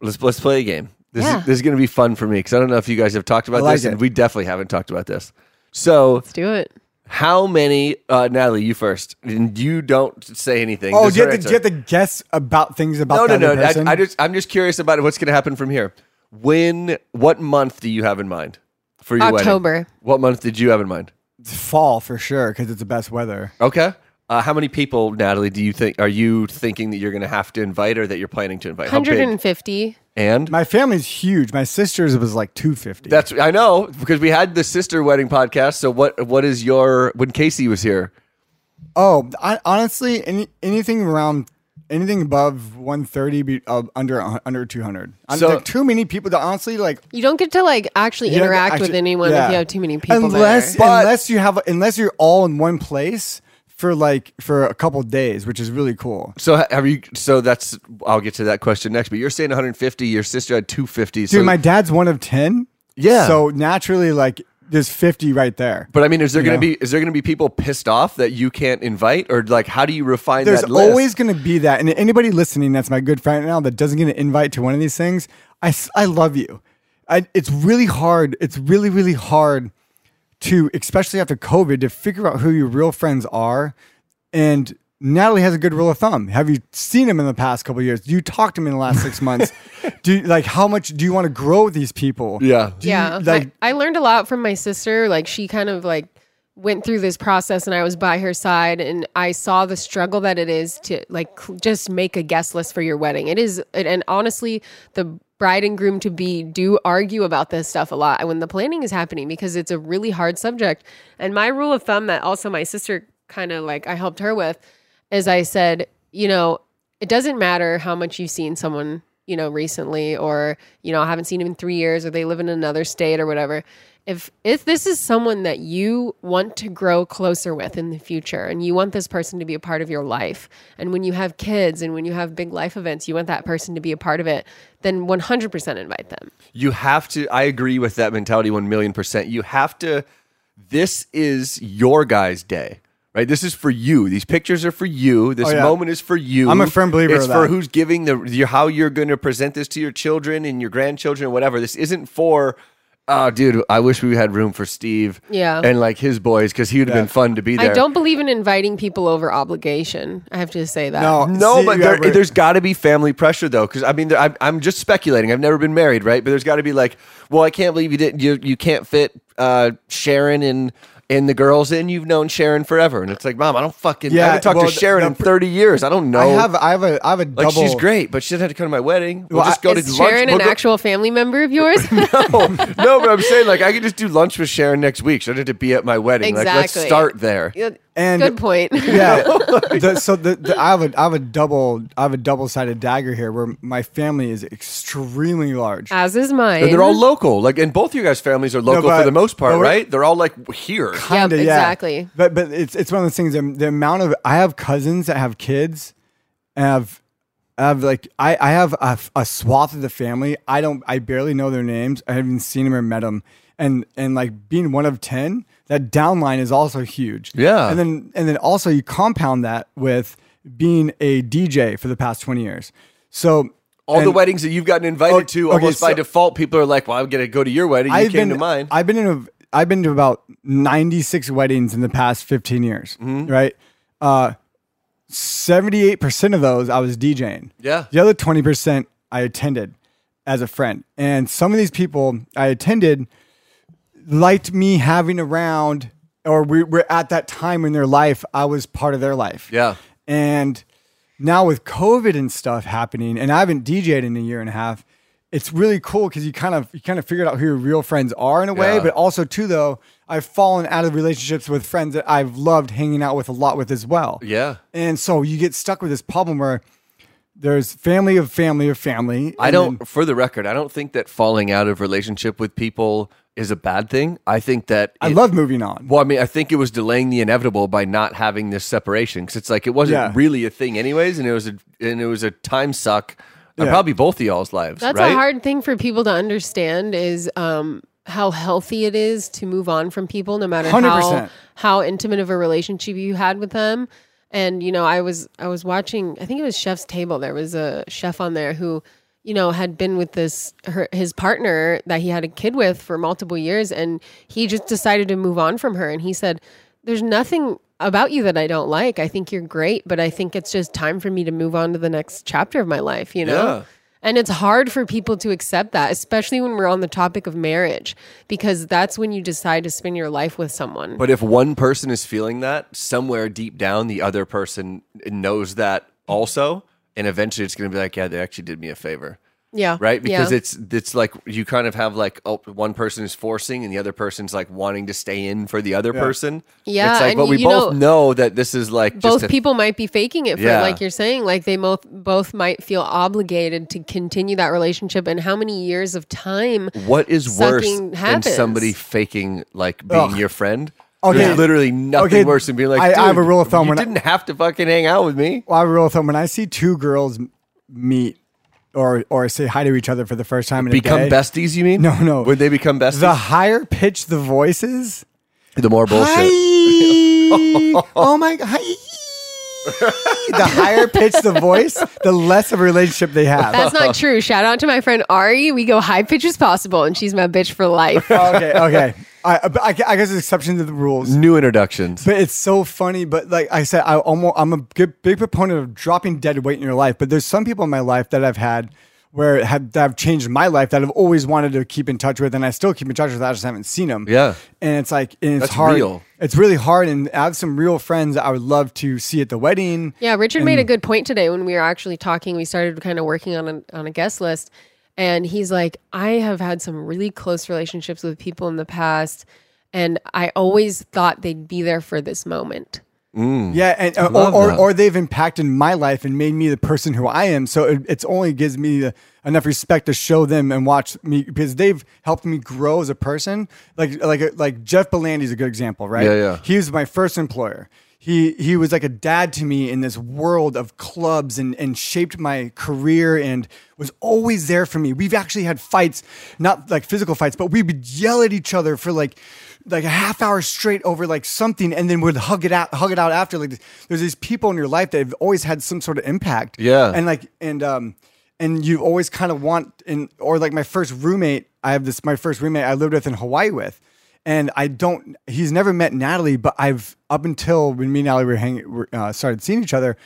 Let's let's play a game. This Yeah. is this is gonna be fun for me because I don't know if you guys have talked about I like this, and it. we definitely haven't talked about this. So, Let's do it. how many? Uh, Natalie, you first, and you don't say anything. Oh, This is do you, her have to, do answer. you have to guess about things about no, the no, other no. person? I, I just I'm just curious about what's gonna happen from here. When? What month do you have in mind for your wedding? October. What month did you have in mind? fall for sure because it's the best weather. Okay. Uh, how many people, Natalie, do you think are you thinking that you're going to have to invite or that you're planning to invite? How big? 150. and My family's huge. My sister's was like two fifty. that's I know because we had the sister wedding podcast. So what what is your when Casey was here? oh, I, honestly, any anything around anything above one thirty, be uh, under uh, under two hundred. So- So like, too many people. To honestly, like You don't get to like actually you know, interact actually- with anyone yeah. if you have too many people. Unless there. But- unless you have unless you're all in one place for like for a couple days, which is really cool. So ha- have you? So that's I'll get to that question next. But you're saying 150. Your sister had 250. Dude, so, my dad's one of ten. Yeah. So naturally, like there's fifty right there. But I mean, is there going No. to be is there going to be people pissed off that you can't invite or like how do you refine There's that list? always going to be that. And anybody listening that's my good friend now that doesn't get an invite to one of these things, I, s- I love you. I, it's really hard. It's really, really hard to, especially after COVID, to figure out who your real friends are. And Natalie has a good rule of thumb. Have you seen him in the past couple of years? Do you talk to him in the *laughs* last six months? Do you, like how much do you want to grow with these people? yeah. Do you- yeah. like I, I learned a lot from my sister. Like she kind of like went through this process and I was by her side and I saw the struggle that it is to like cl- just make a guest list for your wedding. It is and- and honestly the bride and groom to be do argue about this stuff a lot when the planning is happening because it's a really hard subject. And my rule of thumb that also my sister kind of like I helped her with is I said, you know, it doesn't matter how much you've seen someone, you know, recently or, you know, I haven't seen him in three years or they live in another state or whatever. If if this is someone that you want to grow closer with in the future and you want this person to be a part of your life, and when you have kids and when you have big life events, you want that person to be a part of it, then one hundred percent invite them. You have to. I agree with that mentality one million percent. You have to. This is your guy's day, right? This is for you. These pictures are for you. This Oh, yeah. moment is for you. I'm a firm believer It's of for that. who's giving the your, how you're going to present this to your children and your grandchildren and whatever. This isn't for. Oh, dude! I wish we had room for Steve. Yeah. and like his boys because he would have been fun to be there. I don't believe in inviting people over obligation. I have to say that. no, No, see, but you there, ever- there's got to be family pressure though, because I mean, there, I'm, I'm just speculating. I've never been married, right? But there's got to be like, well, I can't believe you didn't. You you can't fit uh, Sharon and and the girls and you've known Sharon forever, and it's like, mom, I don't fucking, I Yeah, haven't talked well, to Sharon the in pr- thirty years. I don't know. I have I have a I have a like double. she's great, but she doesn't have to come to my wedding. We'll Well, just I- go to Is lunch. Sharon We'll an go- actual family member of *laughs* yours? *laughs* no, *laughs* no, but I'm saying like I could just do lunch with Sharon next week. She doesn't have to be at my wedding. Like let's Exactly. start there. And- *laughs* Good point. Yeah. The- so the, the, I have a I have a double I have a double sided dagger here where my family is extremely large. As is mine. And they're all local. Like, and both you guys' families are local for but- the most part, but we're- right? They're all like here. Yep, Kinda, yeah. exactly. But but it's it's one of those things. The, the amount of I have cousins that have kids, and I've I have like I I have a, a swath of the family. I don't I barely know their names. I haven't even seen them or met them. And and like being one of ten, that downline is also huge. Yeah. And then and then also you compound that with being a DJ for the past twenty years. So All the and- weddings that you've gotten invited Oh, to, okay, almost by so- default, people are like, "Well, I'm gonna go to your wedding. You came to mine." I've been in a, I've been to about 96 weddings in the past 15 years, Mm-hmm. right? Uh, 78% of those I was DJing. Yeah. The other 20% I attended as a friend. And some of these people I attended liked me having around or we were at that time in their life I was part of their life. Yeah. And now with COVID and stuff happening, and I haven't DJed in a year and a half, it's really cool because you kind of you kind of figured out who your real friends are in a way, Yeah. but also too though I've fallen out of relationships with friends that I've loved hanging out with a lot with as well. yeah, And so you get stuck with this problem where there's family of family of family. I and don't. then- for the record, I don't think that falling out of relationship with people is a bad thing. I think that I it- love moving on. Well, I mean, I think it was delaying the inevitable by not having this separation because it's like it wasn't Yeah. really a thing anyways, and it was a and it was a time suck. on Yeah. Probably both of y'all's lives. That's right? a hard thing for people to understand is um, how healthy it is to move on from people, no matter how 100%. how intimate of a relationship you had with them. And you know, I was I was watching. I think it was Chef's Table. There was a chef on there who, you know, had been with this her, his partner that he had a kid with for multiple years, and he just decided to move on from her. And he said, "There's nothing." About you that I don't like. I think you're great, but I think it's just time for me to move on to the next chapter of my life, you know? Yeah. And it's hard for people to accept that, especially when we're on the topic of marriage, because that's when you decide to spend your life with someone. But if one person is feeling that, somewhere deep down, the other person knows that also, and eventually it's going to be like, yeah, they actually did me a favor, yeah. right? Because yeah. it's it's like you kind of have like oh, one person is forcing, and the other person's like wanting to stay in for the other person. Yeah, it's like, and but we you both know, know- that this is like both just a- people might be faking it for Yeah. like you're saying like they both both might feel obligated to continue that relationship and how many years of time What is worse sucking than happens. somebody faking like being Ugh. your friend? Okay. There's literally nothing Okay, worse than being like, I- I have a "Dude, rule of thumb You when I- didn't have to fucking hang out with me. Well, I rule of thumb when I see two girls m- meet or or say hi to each other for the first time in Become a day, besties, you mean? No, no. Would they become besties? The higher pitch the voices, The more bullshit. *laughs* Hi. oh my god. the higher pitch the voice, the less of a relationship they have. that's not true shout out to my friend ari we go high pitch as possible and she's my bitch for life okay, okay. I, but I, gu- I guess it's exception to the rules. New introductions. But it's so funny. But like I said, I almost I'm a good, big proponent of dropping dead weight in your life. But there's some people in my life that I've had where have that have changed my life that I've always wanted to keep in touch with, and I still keep in touch with. I just haven't seen them. Yeah. and it's like and it's That's hard. real. It's really hard, and I have some real friends that I would love to see at the wedding. Yeah, Richard made a good point today when we were actually talking. We started kind of working on a, on a guest list, and he's like, "I have had some really close relationships with people in the past, and I always thought they'd be there for this moment." Yeah, and uh, or, Hmm. love or, that. or they've impacted my life and made me the person who I am. So it, it's only gives me the, enough respect to show them and watch me because they've helped me grow as a person. Like like like Jeff Belandy's a good example, right? Yeah, yeah. He was my first employer. He he was like a dad to me in this world of clubs and and shaped my career and was always there for me. We've actually had fights, not like physical fights, but we would yell at each other for like like a half hour straight over like something and then would hug it out hug it out after like there's these people in your life that have always had some sort of impact Yeah. and like and um and you always kind of want and or like my first roommate i have this my first roommate i lived with in hawaii with and i don't he's never met natalie but i've up until when me and natalie were hanging were, uh, started seeing each other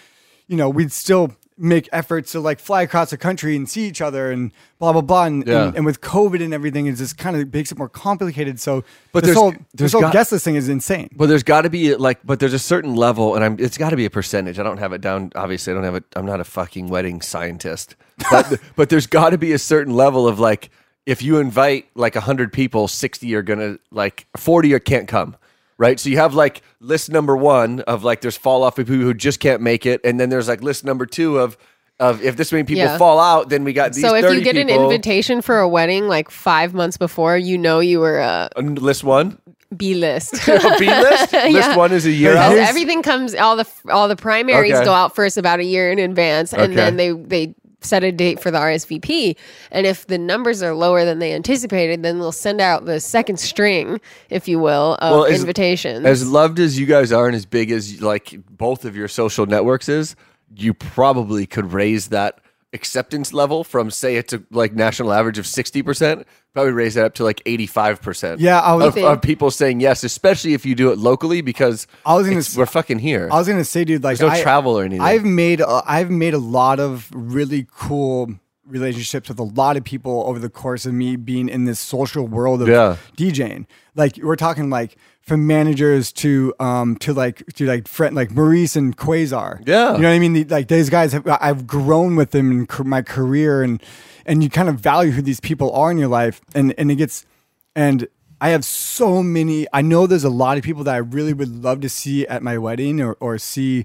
you know we'd still make efforts to like fly across the country and see each other and blah blah blah. And, Yeah. and, and with COVID and everything, it just kind of makes it more complicated. So, But but this there's- whole there's this whole got- guest list thing is insane. But there's got to be like, but there's a certain level, and I'm, it's got to be a percentage. I don't have it down. Obviously, I don't have it. I'm not a fucking wedding *laughs* scientist. But, but there's got to be a certain level of like, if you invite like hundred people, sixty are gonna like, forty are can't come, right? So you have like list number one of like there's fall off of people who just can't make it, and then there's like list number two of of if this many people Yeah. fall out, then we got these. So if 30 you get an people. invitation for a wedding like five months before, you know you were a Uh, list one, *laughs* B list. a B list. List Yeah. one is a year Because out. Because Here's- everything comes all the all the primaries Okay. go out first about a year in advance, and Okay. then they they set a date for the RSVP. And if the numbers are lower than they anticipated, then they'll send out the second string, if you will, of Well, as- invitations. As loved as you guys are, and as big as like both of your social networks is, you probably could raise that acceptance level from say it's a like national average of sixty percent. Probably raise that up to like eighty five percent. Yeah, I was- of, of people saying yes, especially if you do it locally because I was gonna it's- s- we're fucking here. I was gonna say, dude, like There's no I- travel or anything. I've made a, I've made a lot of really cool relationships with a lot of people over the course of me being in this social world of Yeah. DJing. Like we're talking like from managers to um to like to like friend like Maurice and Quasar. Yeah. you know what I mean. The- Like these guys, have, I've grown with them in ca- my career, and and you kind of value who these people are in your life, and and it gets and I have so many. I know there's a lot of people that I really would love to see at my wedding or, or see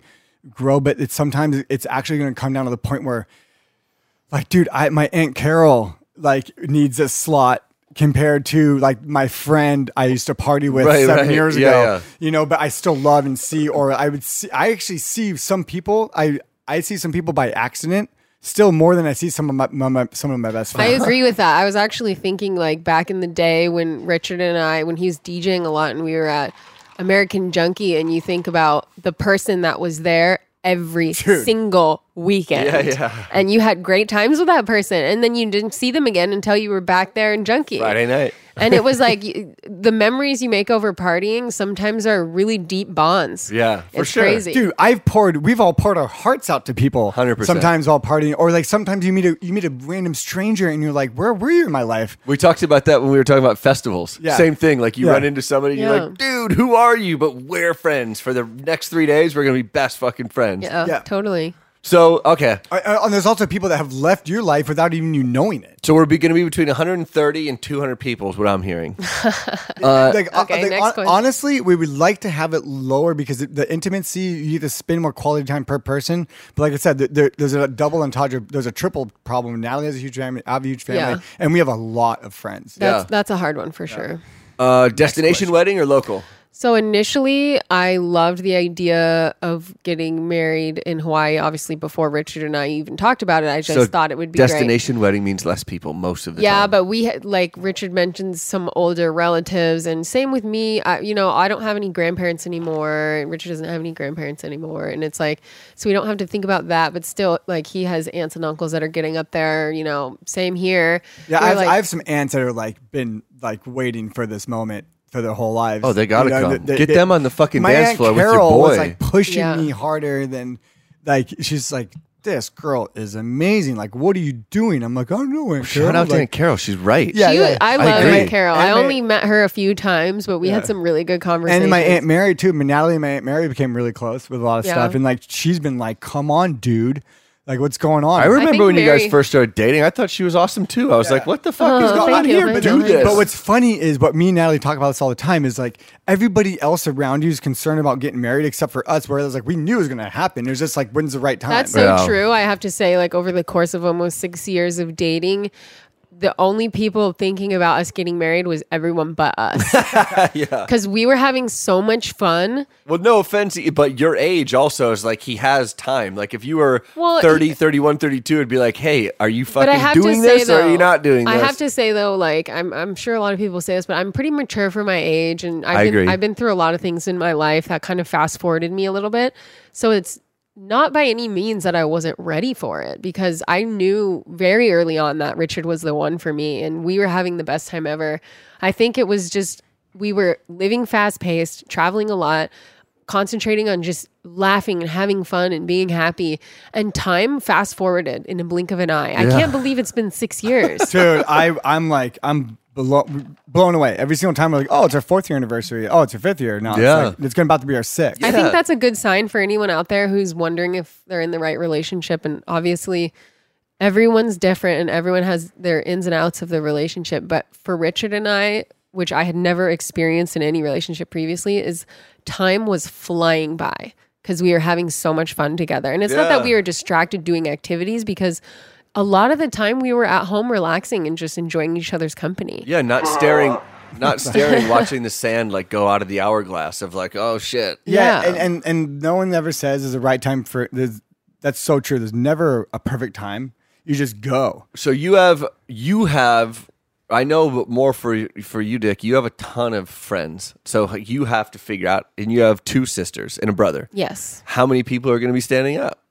grow, but it's sometimes it's actually going to come down to the point where, like, dude, I my aunt Carol like needs a slot compared to like my friend I used to party with Right, seven right. years Yeah, ago, yeah. you know. But I still love and see, or I would see. I actually see some people. I I see some people by accident. Still more than I see some of my, my, my some of my *laughs* I best friends. agree with that. I was actually thinking like back in the day when Richard and I, when he was DJing a lot and we were at American Junkie, and you think about the person that was there every single weekend. yeah. And you had great times with that person. And then you didn't see them again until you were back there in Junkie. Friday night. and it *laughs* was like y- the memories you make over partying sometimes are really deep bonds. Yeah, for it's sure. crazy. Dude, I've poured. We've all poured our hearts out to people. 100%. Sometimes while partying, or like sometimes you meet a you meet a random stranger and you're like, "Where were you in my life?" We talked about that when we were talking about festivals. Yeah. Same thing. Like you Yeah. run into somebody, and you're Yeah. like, "Dude, who are you?" But we're friends for the next three days. We're gonna be best fucking friends. Yeah, Yeah. totally. So okay, Uh, uh, And there's also people that have left your life without even you knowing it. So we're going to be between 130 and 200 people is what I'm *laughs* hearing. like, uh, okay, like, next hon- question. honestly, we would like to have it lower because it, the intimacy you get to spend more quality time per person. But like I said, there- there, there's a double entendre. There's a triple problem. Natalie has a huge family. I have a huge family, Yeah. and we have a lot of friends. That's Yeah. that's a hard one for sure. Uh, destination wedding or local? So initially, I loved the idea of getting married in Hawaii. Obviously, before Richard and I even talked about it, I just thought it would be great. destination wedding means less people most of the Yeah, time. but we had, like Richard mentioned some older relatives, and same with me. I, you know, I don't have any grandparents anymore. and Richard doesn't have any grandparents anymore, and it's like so we don't have to think about that. But still, like he has aunts and uncles that are getting up there. You know, same here. Yeah, We're I have, like- I have some aunts that are like been like waiting for this moment for their whole lives. Oh, they gotta come. Get them on the fucking my dance Aunt floor with your Carol boy. Was, like pushing Yeah. me harder than like she's like this girl is amazing. Like, what are you doing? I'm like, I don't know, Aunt Carol. Shout out to Like, Aunt Carol. She's right. Yeah, She- yeah. I I love agree. Aunt Carol. I And my- only met her a few times, but we had some really good conversations. And my aunt Mary too. My- Natalie and my aunt Mary became really close with a lot of Yeah. stuff, and like she's been like, "Come on, dude, like what's going on?" I remember think when you guys Mary- first started dating, I thought she was awesome too. I was like, what the fuck is Oh, going thank on you, here? thank But you, do thank you. this. But what's funny is what me and Natalie talk about this all the time is like everybody else around you is concerned about getting married except for us, where it was like we knew it was gonna happen. It was just like when's the right time? That's so Yeah. true. I have to say, like over the course of almost six years of dating, the only people thinking about us getting married was everyone but us. *laughs* Because we were having so much fun. well, no offense, but your age also is like he has time. Like if you were Well, thirty, he- thirty-one, thirty-two, 30, 31, 32, it'd be like, hey, are you But I fucking have doing to say this though, or are you not doing I this? have to say though, like I'm, I'm sure a lot of people say this, but I'm pretty mature for my age, and I've I been, agree. I've been through a lot of things in my life that kind of fast forwarded me a little bit. So it's not by any means that I wasn't ready for it because I knew very early on that Richard was the one for me, and we were having the best time ever. I think it was just we were living fast paced, traveling a lot. concentrating on just laughing and having fun and being happy. And time fast forwarded in a blink of an eye. I can't believe it's been six *laughs* years. dude. I I'm like I'm blow, blown away every single time. We're like, oh, it's our fourth year anniversary. Oh, it's our fifth year. No, Yeah. it's, like, it's going about to be our sixth. I Yeah. think that's a good sign for anyone out there who's wondering if they're in the right relationship. And obviously, everyone's different and everyone has their ins and outs of the relationship. But for Richard and I, which I had never experienced in any relationship previously, is time was flying by because we were having so much fun together. And it's not that Yeah. we were distracted doing activities because a lot of the time we were at home relaxing and just enjoying each other's company. Yeah, not staring, not staring, watching the sand like go out of the hourglass of like, oh shit. Yeah, Yeah. And, and and no one ever says is the right time for. There's, that's so true. There's never a perfect time. You just go. So you have, you have, I know, but more for for you, Dick. You have a ton of friends, so you have to figure out, and you have two sisters and a brother. Yes. How many people are going to be standing up?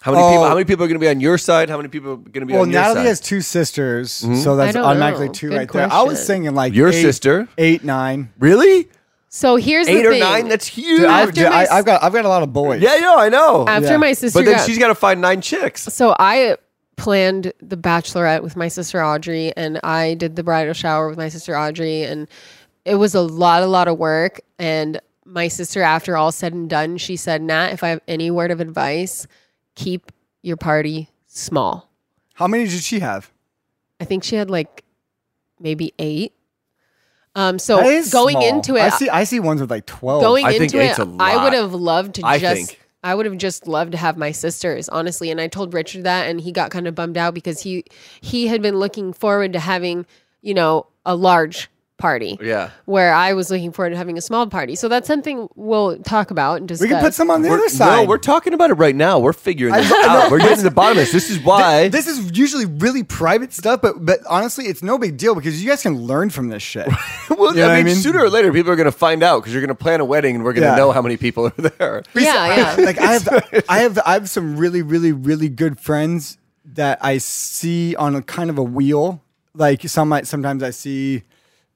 How many people? Oh. How many people are going to be on your side? How many people are going to be Well, on your Natalie side? Mm-hmm. has two sisters, so that's don't automatically know. two Good right there. I was question. thinking like Your eight- sister? eight nine. really So here's eight the or thing. nine? That's huge. Dude, I've, After dude, my s- I, I've got I've got a lot of boys. yeah, yeah, I know. After Yeah. my sister but then got- she's got to find nine chicks. So I planned the bachelorette with my sister Audrey, and I did the bridal shower with my sister Audrey, and it was a lot, a lot of work. And my sister, after all said and done, she said, "Nat, if I have any word of advice, keep your party small." How many did she have? I think she had like maybe eight. Um, so That is going small. into it, I see I see ones with like twelve. going I into think eight's it, a I lot. would have loved to I just. think. I would have just loved to have my sisters, honestly. And I told Richard that, and he got kind of bummed out because he he had been looking forward to having, you know, a large party. Yeah. Where I was looking forward to having a small party. So that's something we'll talk about and discuss. we can put some on the other side. No, we're talking about it right now. We're figuring this out. We're getting to the bottom of this. This is why. This is usually really private stuff, but but honestly, it's no big deal because you guys can learn from this *laughs* shit. well, You know I what mean, sooner or later, people are going to find out because you're going to plan a wedding, and we're going to Yeah. know how many people are *laughs* there. *laughs* Yeah, yeah. like *laughs* I have I have I have some really really really good friends that I see on a kind of a wheel. Like some might sometimes I see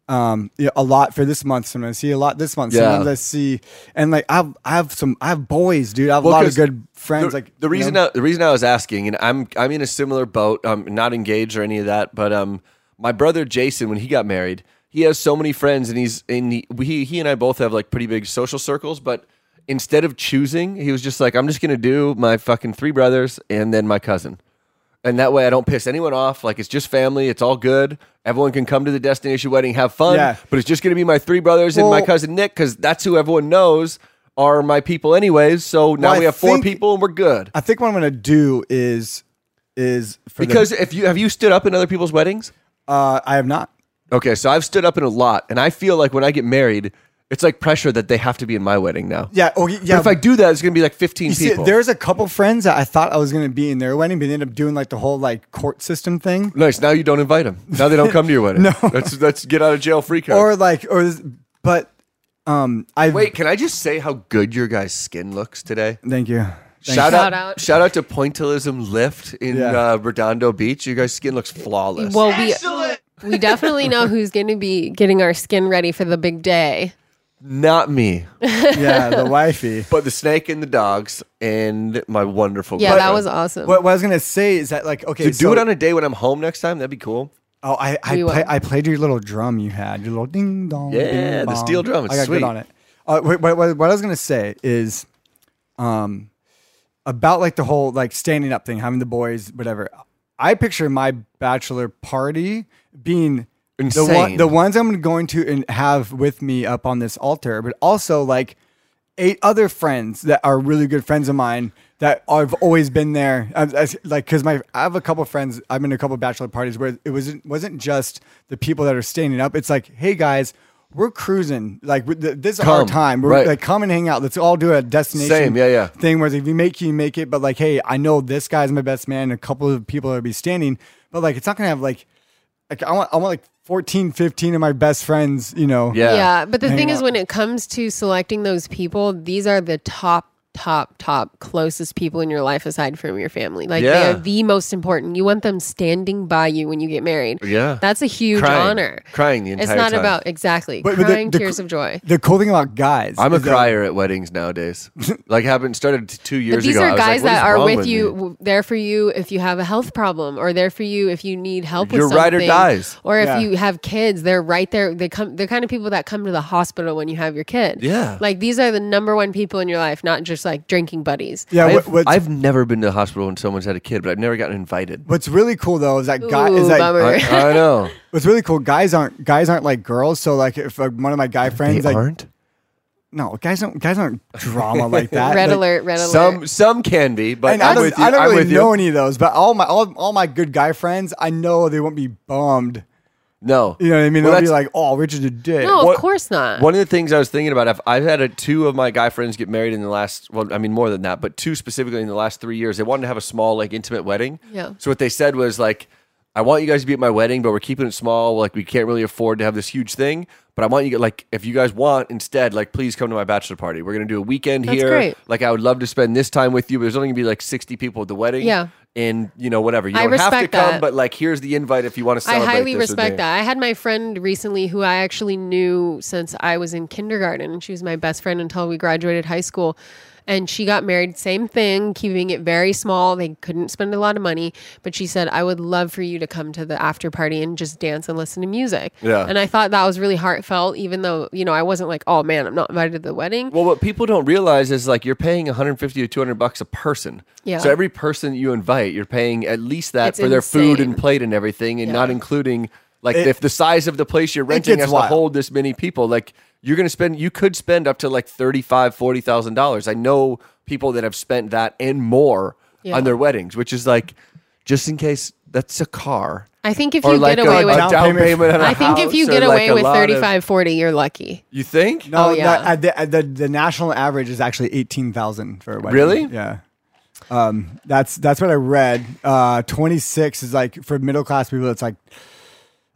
um you know, a lot for this month. Sometimes I see a lot this month. Yeah. Sometimes I see and like I have I have some I have boys, dude. I have a lot of 'cause good friends. the, like the you reason know? I, the reason I was asking, and I'm I'm in a similar boat. I'm not engaged or any of that, but um, my brother Jason, when he got married, he has so many friends, and he's in the, he he and I both have like pretty big social circles, but. Instead of choosing, he was just like, "I'm just gonna do my fucking three brothers and then my cousin, and that way I don't piss anyone off. Like it's just family, it's all good. Everyone can come to the destination wedding, have fun. Yeah. But it's just gonna be my three brothers and my Well- cousin Nick because that's who everyone knows are my people, anyways. So now Well, I we have four think- people and we're good. I think what I'm gonna do is is for the- Because if you have you stood up in other people's weddings? uh, I have not. Okay, so I've stood up in a lot, and I feel like when I get married, it's like pressure that they have to be in my wedding now. Yeah. Oh, yeah. But if I do that, it's gonna be like fifteen You see, people. there's a couple friends that I thought I was going to be in their wedding, but they ended up doing like the whole like court system thing. nice. Now you don't invite them. Now they don't come to *laughs* your wedding. No. that's that's get out of jail free card. Or like, or this- but um, I Wait, can I just say how good your guys' skin looks today? Thank you. Thank Shout, you. out, Shout out. Shout out to Pointillism Lift in Yeah. uh, Redondo Beach. Your guys' skin looks flawless. well, we we definitely know who's going to be getting our skin ready for the big day. Not me, you. *laughs* yeah, the wifey. but the snake and the dogs and my wonderful. Yeah, that girlfriend. was awesome. What, what I was going to say is that like, okay, Dude, so, do it on a day when I'm home next time. That'd be cool. Oh, I I, We play, will. I played your little drum you had, your little ding dong. Yeah, ding the dong. steel drum, it's I got sweet. good on it. Uh, wait, what, what, what I was gonna say is, um, about like the whole like standing up thing, having the boys, whatever. I picture my bachelor party being the Insane. one, the ones I'm going to and have with me up on this altar, but also like eight other friends that are really good friends of mine that I've always been there. I, I, like, cause my, I have a couple friends. I've been to a couple bachelor parties where it wasn't, wasn't just the people that are standing up. It's like, Hey guys, we're cruising. Like we- th- this is our Come, time. We're right. like, come and hang out. Let's all do a destination Same, yeah, yeah. thing. Where if you make you make it, but like, Hey, I know this guy's my best man. A couple of people that be standing, but like, it's not going to have like, like I want, I want like 14, 15 of my best friends, you know? Yeah. Yeah, but the thing is, when it comes to selecting those people, these are the top top, top closest people in your life aside from your family. Like Yeah. they are the most important. You want them standing by you when you get married. Yeah. That's a huge Crying. honor. Crying the It's entire not time. about exactly But- but the- crying the- tears of joy. The cool thing about guys, I'm a is that- crier at weddings *laughs* nowadays. like happened started t- two years But these ago. I are was like, guys "What is that are wrong with you, me?" w- there for you if you have a health problem, or there for you if you need help with Your something, rider dies. or if Yeah. you have kids. They're right there. They come. They're kind of people that come to the hospital when you have your kid. Yeah. like these are the number one people in your life, not just like drinking buddies. Yeah, what, I've, what's, I've never been to a hospital when someone's had a kid, but I've never gotten invited. what's really cool though is that guy is Ooh, that bummer. I, *laughs* I know. what's really cool. Guys aren't guys aren't like girls. So like if uh, one of my guy They friends like aren't. no guys don't guys aren't drama *laughs* like that. Red Like, alert! Red alert! Some some can be, but And I I'm don't, with you. I don't am really with you. know any of those, but all my all, all my good guy friends, I know they won't be bummed. No, You know what I mean? Well, They'll be that's- like, "Oh, Richard's a dick." No, What- of course not. One of the things I was thinking about, I've, I've had a, two of my guy friends get married in the last, well, I mean, more than that, but two specifically in the last three years. They wanted to have a small, like, intimate wedding. Yeah. So what they said was, like, I want you guys to be at my wedding, but we're keeping it small. Like, we can't really afford to have this huge thing. But I want you, like, if you guys want instead, like, please come to my bachelor party. We're going to do a weekend That's here. great. Like, I would love to spend this time with you, but there's only going to be like 60 people at the wedding. Yeah. And, you know, whatever. You I don't have to respect come, that. but, like, here's the invite if you want to I celebrate. highly this with respect me. that. I had my friend recently who I actually knew since I was in kindergarten, and she was my best friend until we graduated high school. And she got married, same thing, keeping it very small. They couldn't spend a lot of money, but she said, I would love for you to come to the after party and just dance and listen to music. Yeah. And I thought that was really heartfelt, even though, you know, I wasn't like, oh man, I'm not invited to the wedding. Well, what people don't realize is like you're paying 150 to 200 bucks a person. Yeah. So every person you invite, you're paying at least that It's for their food insane. and plate and everything, and not including like It- if the size of the place you're renting gets has to wild. hold this many people, like you're going to spend, you could spend up to like 35, 40 thousand dollars. I know people that have spent that and more Yeah. on their weddings, which is like just in case that's a car. I think if or you like get a, away a with, down payment. payment, on a I think if house you or, get like, away a with lot of- 35, 40, you're lucky. you think? Oh, No, yeah. that- uh, the, uh, the, the national average is actually eighteen thousand for a wedding. Really? Yeah. Um, that's that's what I read. Uh, twenty six is like for middle class people. It's like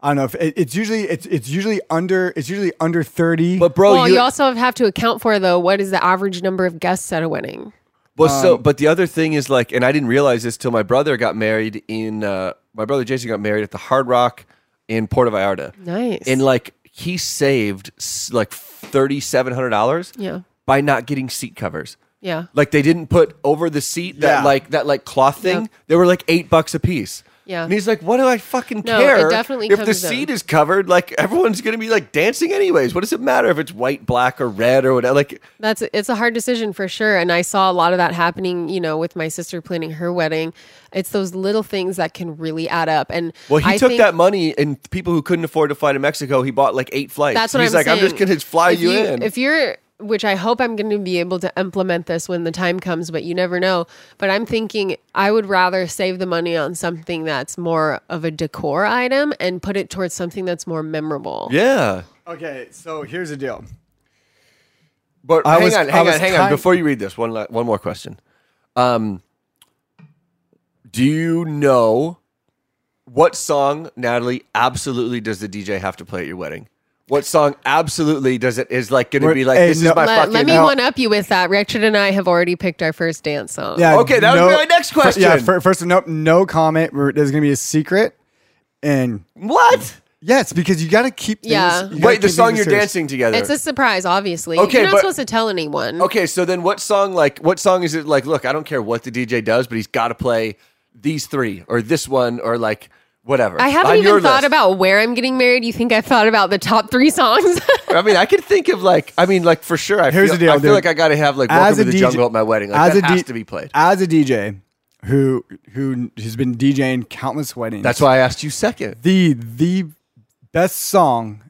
I don't know if it, it's usually it's it's usually under it's usually under thirty. But bro, well, you, you also have to account for though what is the average number of guests at a wedding? Well, so Um, but the other thing is like, and I didn't realize this till my brother got married in uh, my brother Jason got married at the Hard Rock in Puerto Vallarta. Nice. And like he saved s- like thirty seven hundred dollars. Yeah. By not getting seat covers. Yeah. Like they didn't put over the seat that Yeah. like that like cloth thing. Yeah. They were like eight bucks a piece. Yeah. And he's like, what do I fucking No, it care? definitely if the comes up. seat is covered, like everyone's gonna be like dancing anyways. What does it matter if it's white, black, or red or whatever? Like That's it's a hard decision for sure, and I saw a lot of that happening. You know, with my sister planning her wedding, it's those little things that can really add up. And Well, he I took think that money, and people who couldn't afford to fly to Mexico, he bought like eight flights. That's what He's I'm like, saying. I'm just going to fly If you, in. If you're, which I hope I'm going to be able to implement this when the time comes, but you never know. But I'm thinking I would rather save the money on something that's more of a decor item and put it towards something that's more memorable. yeah. okay, so here's the deal. But I hang was- on, I hang was on, hang on. trying- Before you read this, one la- one more question. Um, do you know what song, Natalie? Absolutely, does the DJ have to play at your wedding? What song absolutely does it is like going to We're- be like hey, this no- is my Let, fucking let me No. one up you with that. Richard and I have already picked our first dance song. Yeah. Okay, that was my next fir- yeah. question. fir- first, nope. No comment. We're, there's gonna be a secret, and what? yes, because you got to keep. things- Yeah. you gotta Wait, the keep song things you're serious. dancing together. It's a surprise, obviously. Okay, You're not but- supposed to tell anyone. Okay, so then what song like what song is it like look, I don't care what the DJ does, but he's got to play these 3 or this one or like whatever. I haven't On your even thought list. about where I'm getting married. You think I thought about the top three songs? *laughs* I mean, I could think of like I mean like for sure I Here's feel, the deal, I feel dude. like I got to have like Welcome to the Jungle at my wedding. Like that D- has to be played. As a DJ who who has been DJing countless weddings, That's why I asked you second. the the best song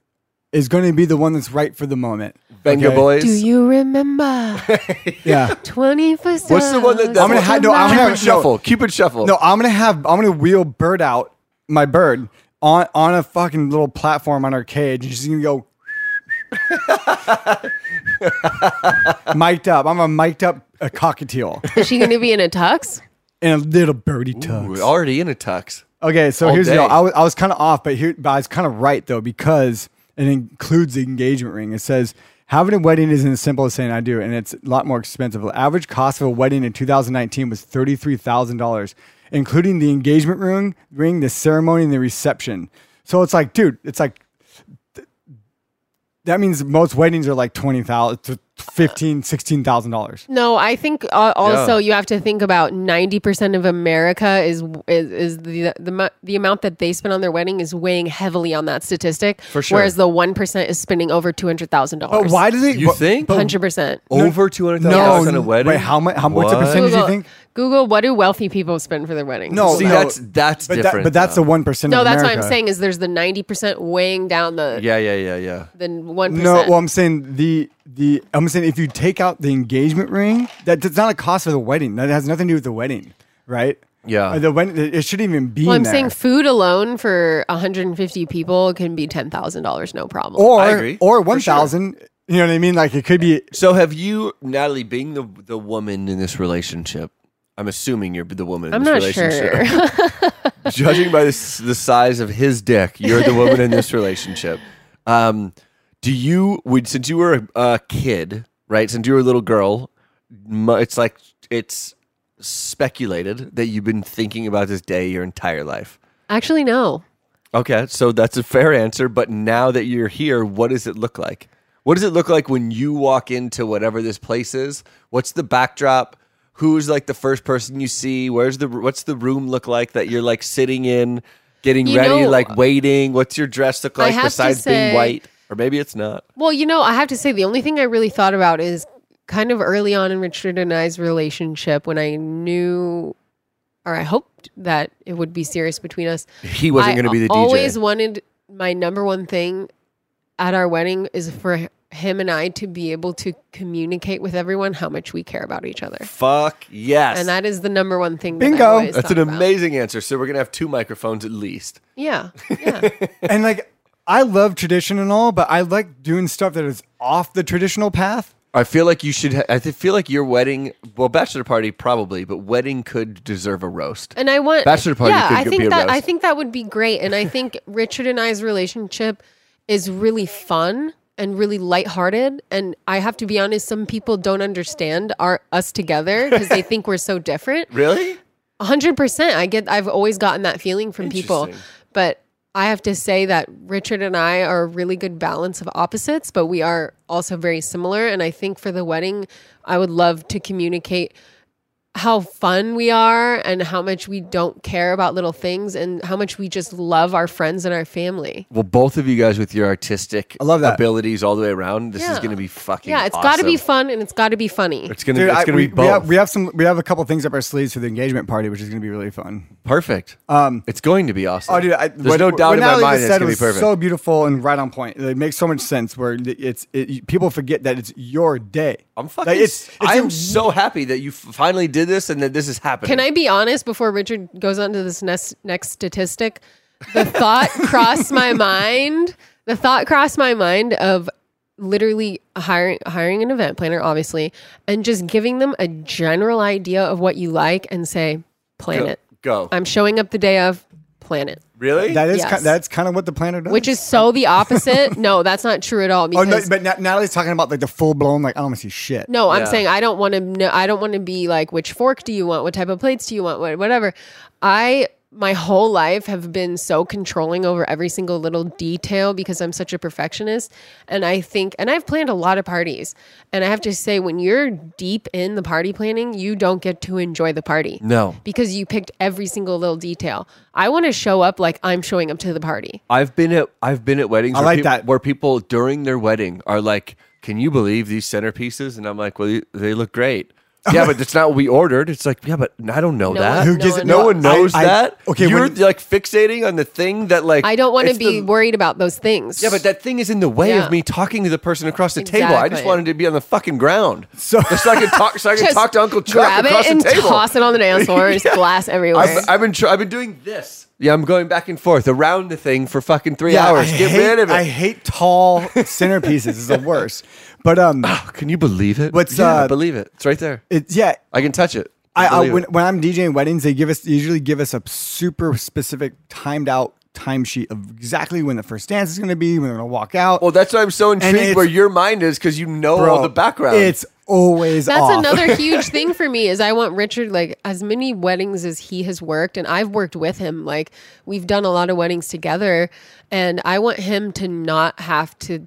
is going to be the one that's right for the moment. Benga Okay? Boys. Do you remember Yeah. 21st? What's the one that I'm gonna ha- no, I'm gonna Cupid have- Shuffle. Cupid Shuffle. No, I'm gonna have I'm gonna wheel bird out my bird on on a fucking little platform on our cage, and she's gonna go. *laughs* mic'd up. I'm a mic'd up a cockatiel Is she going to be in a tux? and a little birdie Ooh, tux. already in a tux. Okay, so All here's the day. deal. I was, I was kind of off, but here, but I was kind of right though because it includes the engagement ring. It says Having a wedding isn't as simple as saying I do, and it's a lot more expensive. The average cost of a wedding in 2019 was $33,000, including the engagement ring, ring, the ceremony, and the reception. So it's like, dude, it's like th- that means most weddings are like $20,000 to $15,000, $16,000. No, I think uh, also you have to think about ninety percent of America is is, is the, the mu- the amount that they spend on their wedding is weighing heavily on that statistic. For sure. Whereas the one percent is spending over two hundred thousand But dollars. why do they? You but- think? but- Hundred percent. Over two hundred thousand dollars on a wedding. Wait, how much? How, what's the What? percentage you Google, think? Google what do wealthy people spend for their wedding? No, See, no, that's that's but, that, different. but that's though. the one percent. no, of that's America. what I'm saying is there's the ninety percent weighing down the Yeah, yeah, yeah, yeah. the one percent. No, well, I'm saying the the I'm saying if you take out the engagement ring, that, that's not a cost of the wedding. That has nothing to do with the wedding, right? Yeah. Uh, The wedding it shouldn't even be. Well, I'm there. saying food alone for 150 people can be ten thousand dollars, no problem. or I agree, or for one thousand. You know what I mean? Like it could be. So have you, Natalie, being the the woman in this relationship? I'm assuming you're the woman in I'm this not relationship. sure. *laughs* Judging by this, the size of his dick, you're the woman in *laughs* this relationship. Um, do you would since you were a, a kid, right? Since you were a little girl, mu- it's like it's speculated that you've been thinking about this day your entire life. Actually, no. Okay, so that's a fair answer. But now that you're here, what does it look like? What does it look like when you walk into whatever this place is? What's the backdrop? Who's like the first person you see? Where's the what's the room look like that you're like sitting in, getting You ready, know- like waiting? What's your dress look I like have to besides say- being white? Or maybe it's *laughs* not. Well, you know, I have to say the only thing I really thought about is kind of early on in Richard and I's relationship when I knew or I hoped that it would be serious between us. He wasn't I going to be the always DJ. wanted my number one thing at our wedding is for him and I to be able to communicate with everyone how much we care about each other. Fuck yes. And that is the number one thing. that I Bingo. always that's thought an about. amazing answer. So we're gonna have two microphones at least. Yeah, yeah. and like I love tradition and all, but I like doing stuff that is off the traditional path. I feel like you should. Ha- I th- feel like your wedding, well, bachelor party probably, but wedding could deserve a roast. And I *laughs* want Bachelor party Yeah, could I be think a that I roast. think that would be great, and I think Richard and I's relationship is really fun and really lighthearted. And I have to be honest, some people don't understand our us together *laughs* because they think we're so different. really? hundred percent. I get. I've always gotten that feeling from people, Interesting. but. I have to say that Richard and I are a really good balance of opposites, but we are also very similar. And I think for the wedding, I would love to communicate how fun we are and how much we don't care about little things and how much we just love our friends and our family. Well, both of you guys with your artistic I love that. abilities all the way around, this is Yeah. going to be fucking. Yeah, it's it's got to be fun and it's got to be funny. It's going to Dude, I- it's going we, to be we both. have we have some we have a couple things up our sleeves for the engagement party, which is going to be really fun. perfect. Um, it's going to be awesome. Oh, dude, I, there's no doubt in my Natalie mind just it's going said to it be was perfect. So beautiful and right on point. It makes so much sense. Where it's it, people forget that it's your day. I'm fucking. Like, it's, it's I am a- so happy that you f- finally did this and that this is happening. Can I be honest before Richard goes on to this next, next statistic? The thought crossed my mind. The thought crossed my mind of literally hiring hiring an event planner, obviously, and just giving them a general idea of what you like and say, plan it. go. I'm showing up the day of, plan it. really? that is Yes. ki- that's kind of what the planner does. Which is so the opposite. no, that's not true at all. oh Because no, no, but Na- Natalie's talking about like the full blown like I don't want to see shit. I'm Yeah. saying I don't want to. know I don't want to be like, which fork do you want? What type of plates do you want? What, whatever. I my whole life have been so controlling over every single little detail because I'm such a perfectionist, and I think, and I've planned a lot of parties, and I have to say, when you're deep in the party planning, you don't get to enjoy the party. No. because you picked every single little detail. I want to show up like I'm showing up to the party. I've been at I've been at weddings. I where like people, that. where people during their wedding are like, "Can you believe these centerpieces?" And I'm like, "Well, you- they look great." yeah, but that's not what we ordered. It's like, yeah, but I don't know No that. one- Who no gives a- one No one knows. knows I- I- that. okay, you're when- like fixating on the thing that like I don't want to it's be the- worried about those things. yeah, but that thing is in the way Yeah. of me talking to the person across the table. I just Exactly. wanted to be on the fucking ground, So- *laughs* just so I could talk. So I could Just talk to Uncle Chuck grab across it and the table. *laughs* toss it on the dance floor. and Just glass everywhere. I've, I've been tr- I've been doing this. Yeah, I'm going back and forth around the thing for fucking three hours. I Get hate, rid of it. I hate *laughs* tall centerpieces. It's the worst. *sighs* But um, Can you believe it? What's, yeah, I uh, believe it. It's right there. it's yeah. I can touch it. I, I believe when, it. when I'm DJing weddings, they give us they usually give us a super specific timed out timesheet of exactly when the first dance is going to be, when they're going to walk out. Well, that's why I'm so intrigued it's- where your mind is because you know all Bro, the background. It's always That's *laughs* off. another huge thing for me is I want Richard like as many weddings as he has worked and I've worked with him like we've done a lot of weddings together and I want him to not have to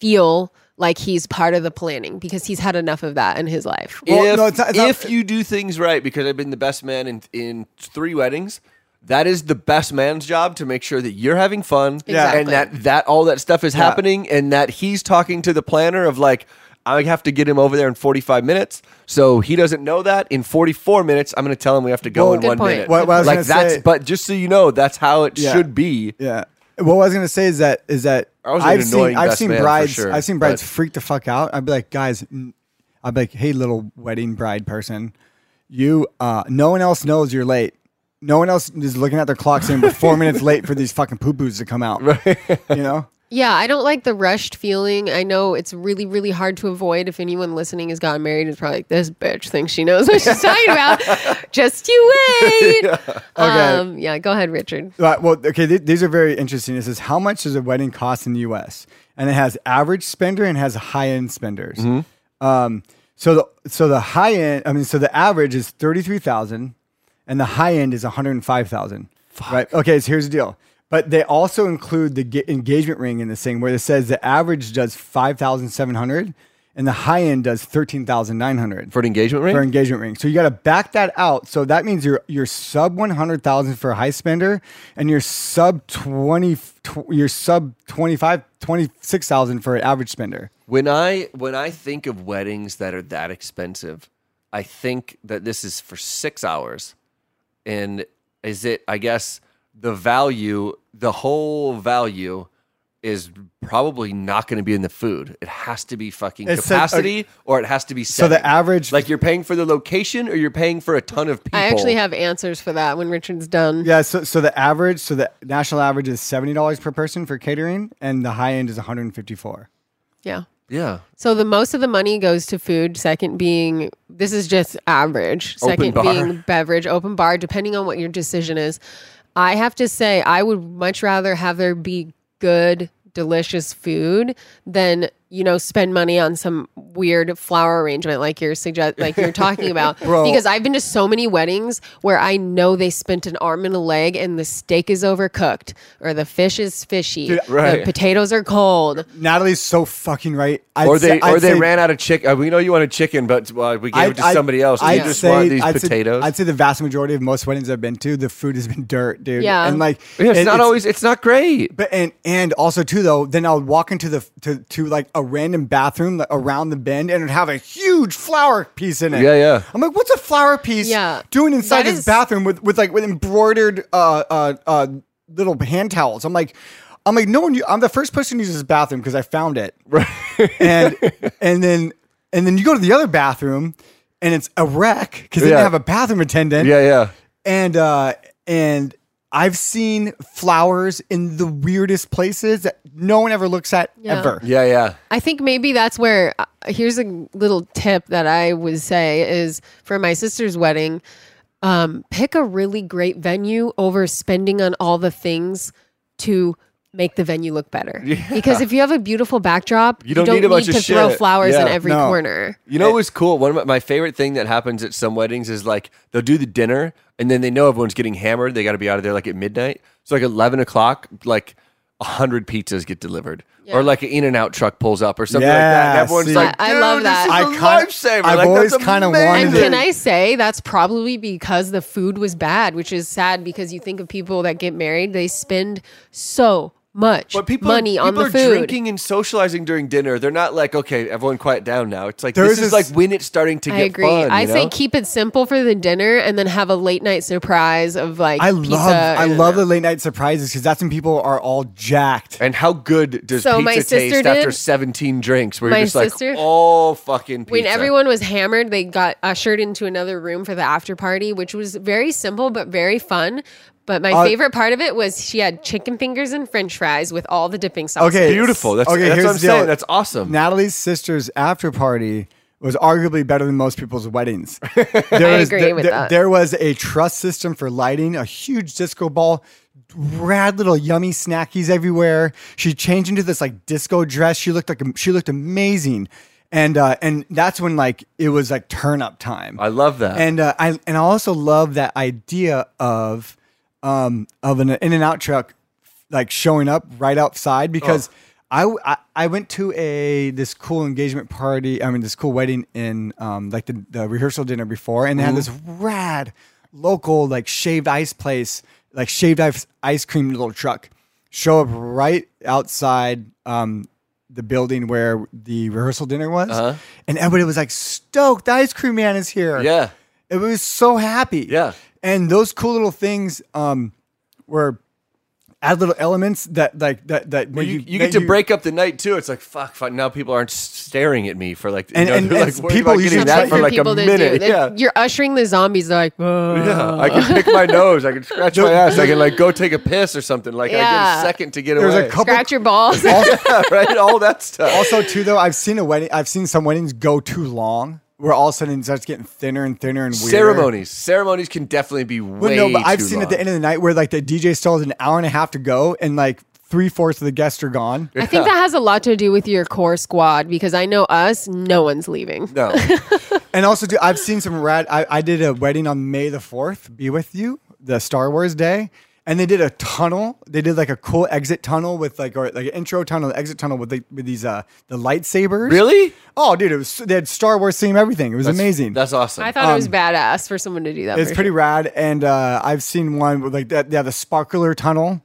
feel like he's part of the planning because he's had enough of that in his life. if, Well, no, it's not- it's not- if you do things right, because I've been the best man in in three weddings. That is the best man's job to make sure that you're having fun, Yeah. and that that all that stuff is happening, and that he's talking to the planner of like, I have to get him over there in 45 minutes, so he doesn't know that. In 44 minutes, I'm going to tell him we have to go Well, Oh, in Good one point. minute. What- what I was like gonna that's, say- but just so you know, that's how it Yeah. should be. Yeah. What I was gonna say is that is that I was an I've seen annoying I've best seen man for brides sure, I've seen brides but- freak the fuck out. I'd be like, guys, mm," I'd be like, hey, little wedding bride person, you, uh, no one else knows you're late. No one else is looking at their clock saying *laughs* we're four minutes late for these fucking poo poos to come out. You know, Yeah, I don't like the rushed feeling. I know it's really, really hard to avoid. If anyone listening has gotten married, it's probably like this bitch thinks she knows what she's talking about. Just you wait. Um, yeah, go ahead, Richard. Right, well, okay, th- these are very interesting. It says how much does a wedding cost in the U.S. and it has average spender and has high end spenders. Um, so the so the high end, I mean, so the average is thirty three thousand, and the high end is one hundred five thousand. Right. Okay. So here's the deal. But they also include the ge- engagement ring in this thing, where it says the average does five thousand seven hundred, and the high end does thirteen thousand nine hundred For an engagement ring, for engagement ring. So you got to back that out. So that means you're you're sub 100,000 for a high spender and you're sub 20 tw- you're sub 25 26,000 for an average spender. When I when I think of weddings that are that expensive, I think that this is for six hours, and is it? I guess the value, the whole value, is probably not going to be in the food. It has to be fucking It said- capacity, or it has to be So the setting. average like you're paying for the location, or you're paying for a ton of people. I actually have answers for that when Richard's done. yeah, so so the average so the national average is $70 per person for catering and the high end is 154. yeah. yeah. So the most of the money goes to food. Second being this is just average. Open Second bar. being beverage, open bar, depending on what your decision is. I have to say, I would much rather have there be good, delicious food than you know spend money on some weird flower arrangement like you're suggest like you're *laughs* talking about. Because I've been to so many weddings where I know they spent an arm and a leg, and the steak is overcooked, or the fish is fishy, right. the potatoes are cold. Natalie's so fucking right. I'd Or they say- I'd or they say- ran out of chicken. we know you wanted chicken, but well, we gave it to somebody else. I I'd just say- want these I'd say- potatoes. I'd say the vast majority of most weddings I've been to, the food has been dirt, dude. Yeah. and like Yeah, it's it- not always. It's not great. But and and also too though, then I'll walk into the to, to like a random bathroom like, around the bend and it'd have a huge flower piece in it. Yeah, yeah. I'm like, what's a flower piece Yeah. doing inside That this is- bathroom with with like with embroidered uh uh uh little hand towels? I'm like. I'm like, no one. u- I'm the first person who uses this bathroom because I found it, right? *laughs* And and then and then you go to the other bathroom, and it's a wreck because they Yeah. didn't have a bathroom attendant Yeah, yeah. and uh and I've seen flowers in the weirdest places that no one ever looks at Yeah. ever. Yeah, yeah. I think maybe that's where uh, here's a little tip that I would say is for my sister's wedding, um, pick a really great venue over spending on all the things to make the venue look better. Because if you have a beautiful backdrop, you don't need a bunch to of throw shit. flowers in Yeah, every no. corner. You know what's cool? One of my, my favorite thing that happens at some weddings is like they'll do the dinner and then they know everyone's getting hammered. They got to be out of there like at midnight. So like eleven o'clock, like hundred pizzas get delivered, or like an In-N-Out truck pulls up or something like that. And Yeah, everyone's see. like, I- I "Dude, love this that. is I a kinda- lifesaver." I've Like, that's always kinda amazing. wanted And it. can I say that's probably because the food was bad, which is sad because you think of people that get married, they spend so much But people money are, on people the are food. drinking and socializing during dinner. They're not like, okay, everyone quiet down now. It's like There this is is like this- when it's starting to I get agree. fun. you I say know? keep it simple for the dinner, and then have a late night surprise of like I pizza love I and- love the late night surprises because that's when people are all jacked. And how good does So my pizza taste sister after did- 17 drinks where My you're just sister- like, oh, fucking pizza. When everyone was hammered, they got ushered into another room for the after party, which was very simple but very fun. But my Uh, favorite part of it was she had chicken fingers and French fries with all the dipping sauces. Okay, Beautiful. That's, Okay, that's here's what I'm the deal. saying. That's awesome. Natalie's sister's after party was arguably better than most people's *laughs* weddings. There I was- agree there, with there- that. There was a truss system for lighting, a huge disco ball, rad little yummy snackies everywhere. She changed into this like disco dress. She looked like she looked amazing, and uh, and that's when like it was like turn up time. I love that. And uh, I and I also love that idea of um of an in and out truck like showing up right outside because I, w- I I went to a this cool engagement party I mean this cool wedding in um like the, the rehearsal dinner before and they had this rad local like shaved ice place like shaved ice ice cream little truck show up right outside um the building where the rehearsal dinner was and everybody was like stoked the ice cream man is here yeah. it was so happy. Yeah. And those cool little things um, were add little elements that like that that Well, make you, you that get to break up the night too. It's like fuck, fuck. Now people aren't s- staring at me for like, And- you know, and- they're, and like worried people about usually getting try- that for For like a people to do. minute. They- Yeah, You're ushering the zombies. They're like, yeah. I can pick my nose. I can scratch my ass. I can like go take a piss or something. Like I get Yeah. a second to get There's away. a couple scratch your *laughs* balls. yeah, right. All that stuff. also too though, I've seen a wedding I've seen some weddings go too long where all of a sudden it starts getting thinner and thinner and weirder. ceremonies. Ceremonies can definitely be Well, way. no, but I've too seen at long. the end of the night where like the DJ still has an hour and a half to go and like three fourths of the guests are gone. *laughs* I think that has a lot to do with your core squad because I know us, no one's leaving. No, *laughs* And also, too, I've seen some rad. I, I did a wedding on May the 4th, be with you, the Star Wars day. And they did a tunnel. They did like a cool exit tunnel with like, or like an intro tunnel, exit tunnel with, the, with these, uh, the lightsabers. really? Oh, dude, it was, they had Star Wars theme, everything. It was amazing. That's awesome. I thought it was badass for someone to do that. it's for pretty rad. And, uh, I've seen one with like that, yeah, the sparkler tunnel,